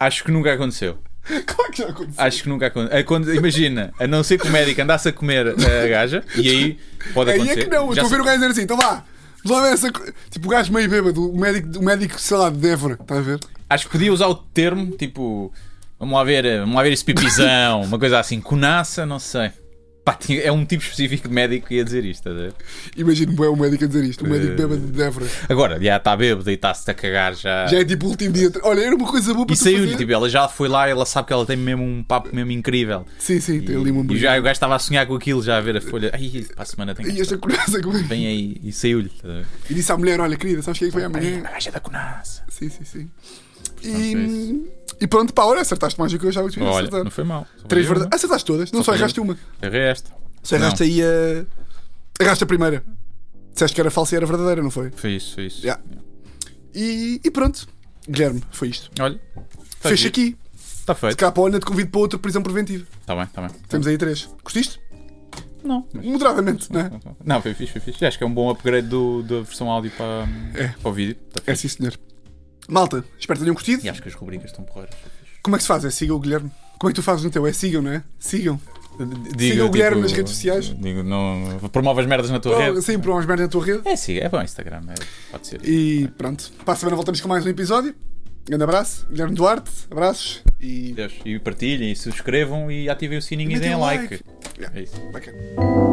[SPEAKER 2] Acho que nunca aconteceu.
[SPEAKER 1] [laughs] Claro que já aconteceu.
[SPEAKER 2] Acho que nunca aconteceu. É Imagina, a não ser que o médico andasse a comer eh, a gaja, e aí pode
[SPEAKER 1] Aí
[SPEAKER 2] acontecer.
[SPEAKER 1] é que não, eu
[SPEAKER 2] Já
[SPEAKER 1] estou a ver
[SPEAKER 2] sei-
[SPEAKER 1] o gajo dizer assim, então vá, vamos lá ver essa coisa. Tipo, o gajo meio bêbado, o médico, o médico sei lá, de Évora, está a ver?
[SPEAKER 2] Acho que podia usar o termo, tipo, vamos lá ver, vamos lá ver esse pipizão, uma coisa assim, conaça, não sei. Pá, tinha- é um tipo específico de médico que ia dizer isto, estás a ver?
[SPEAKER 1] Imagino-me é um médico a dizer isto, um médico
[SPEAKER 2] Eh.
[SPEAKER 1] bêbado de Débora.
[SPEAKER 2] Agora, já está bêbado e está-se a cagar já.
[SPEAKER 1] Já é tipo o último dia. de tra- Olha, era uma coisa boa para
[SPEAKER 2] e
[SPEAKER 1] tu
[SPEAKER 2] saiu-lhe,
[SPEAKER 1] fazer.
[SPEAKER 2] tipo, ela já foi lá, ela sabe que ela tem mesmo um papo mesmo incrível.
[SPEAKER 1] Sim, sim, tem ali uma
[SPEAKER 2] E já é- o gajo estava a sonhar com aquilo, já a ver a folha. Ai, para a semana tem
[SPEAKER 1] E
[SPEAKER 2] que
[SPEAKER 1] esta coraça comigo.
[SPEAKER 2] Vem aí e saiu-lhe. estás a ver?
[SPEAKER 1] E disse à mulher: Olha, querida, sabes quem é que vem
[SPEAKER 2] Ai,
[SPEAKER 1] amanhã?
[SPEAKER 2] a gaja da Conasa.
[SPEAKER 1] Sim, sim, sim.
[SPEAKER 2] é
[SPEAKER 1] E, e pronto, pá, olha, acertaste mais do que eu já tinha
[SPEAKER 2] Olha,
[SPEAKER 1] acertado.
[SPEAKER 2] não foi mal. Só
[SPEAKER 1] Três
[SPEAKER 2] foi uma.
[SPEAKER 1] verdades. Acertaste todas, não só
[SPEAKER 2] falhei
[SPEAKER 1] erraste uma.
[SPEAKER 2] Errei esta.
[SPEAKER 1] Só erraste
[SPEAKER 2] Não.
[SPEAKER 1] aí a. Erraste a primeira. Disseste que era falsa e era verdadeira, não foi?
[SPEAKER 2] Foi isso, foi isso.
[SPEAKER 1] Já. E, e pronto. Guilherme, foi isto.
[SPEAKER 2] Olha, está
[SPEAKER 1] Fecha aqui.
[SPEAKER 2] Está
[SPEAKER 1] Se
[SPEAKER 2] feito.
[SPEAKER 1] cá para a Ana te convido para outra prisão preventiva.
[SPEAKER 2] Está bem, está bem.
[SPEAKER 1] Temos aí três. Gostaste?
[SPEAKER 2] Não.
[SPEAKER 1] Moderadamente, não é?
[SPEAKER 2] Não, foi fixe, foi fixe. Acho que é um bom upgrade do, da versão áudio para,
[SPEAKER 1] É.
[SPEAKER 2] para o vídeo. Tá
[SPEAKER 1] É
[SPEAKER 2] fixe.
[SPEAKER 1] sim, senhor. Malta, espero que tenham curtido.
[SPEAKER 2] E acho que as rubricas estão porreiras. foi fixe.
[SPEAKER 1] Como é que se faz? É sigam o Guilherme. Como é que tu fazes no teu? É sigam, não é? Sigam.
[SPEAKER 2] Diga, tipo,
[SPEAKER 1] o Guilherme nas redes sociais.
[SPEAKER 2] Digo, não, promove as merdas na tua
[SPEAKER 1] Oh,
[SPEAKER 2] rede.
[SPEAKER 1] Sim, para umas merdas na tua rede.
[SPEAKER 2] É, sim, é bom Instagram, é, pode ser.
[SPEAKER 1] E pronto. Para a semana voltamos com mais um episódio. Grande abraço. Guilherme Duarte, abraços. E.
[SPEAKER 2] Deus. E partilhem, e subscrevam e ativem o sininho e,
[SPEAKER 1] metem
[SPEAKER 2] deem
[SPEAKER 1] um
[SPEAKER 2] like.
[SPEAKER 1] Yeah.
[SPEAKER 2] É isso.
[SPEAKER 1] Bacana.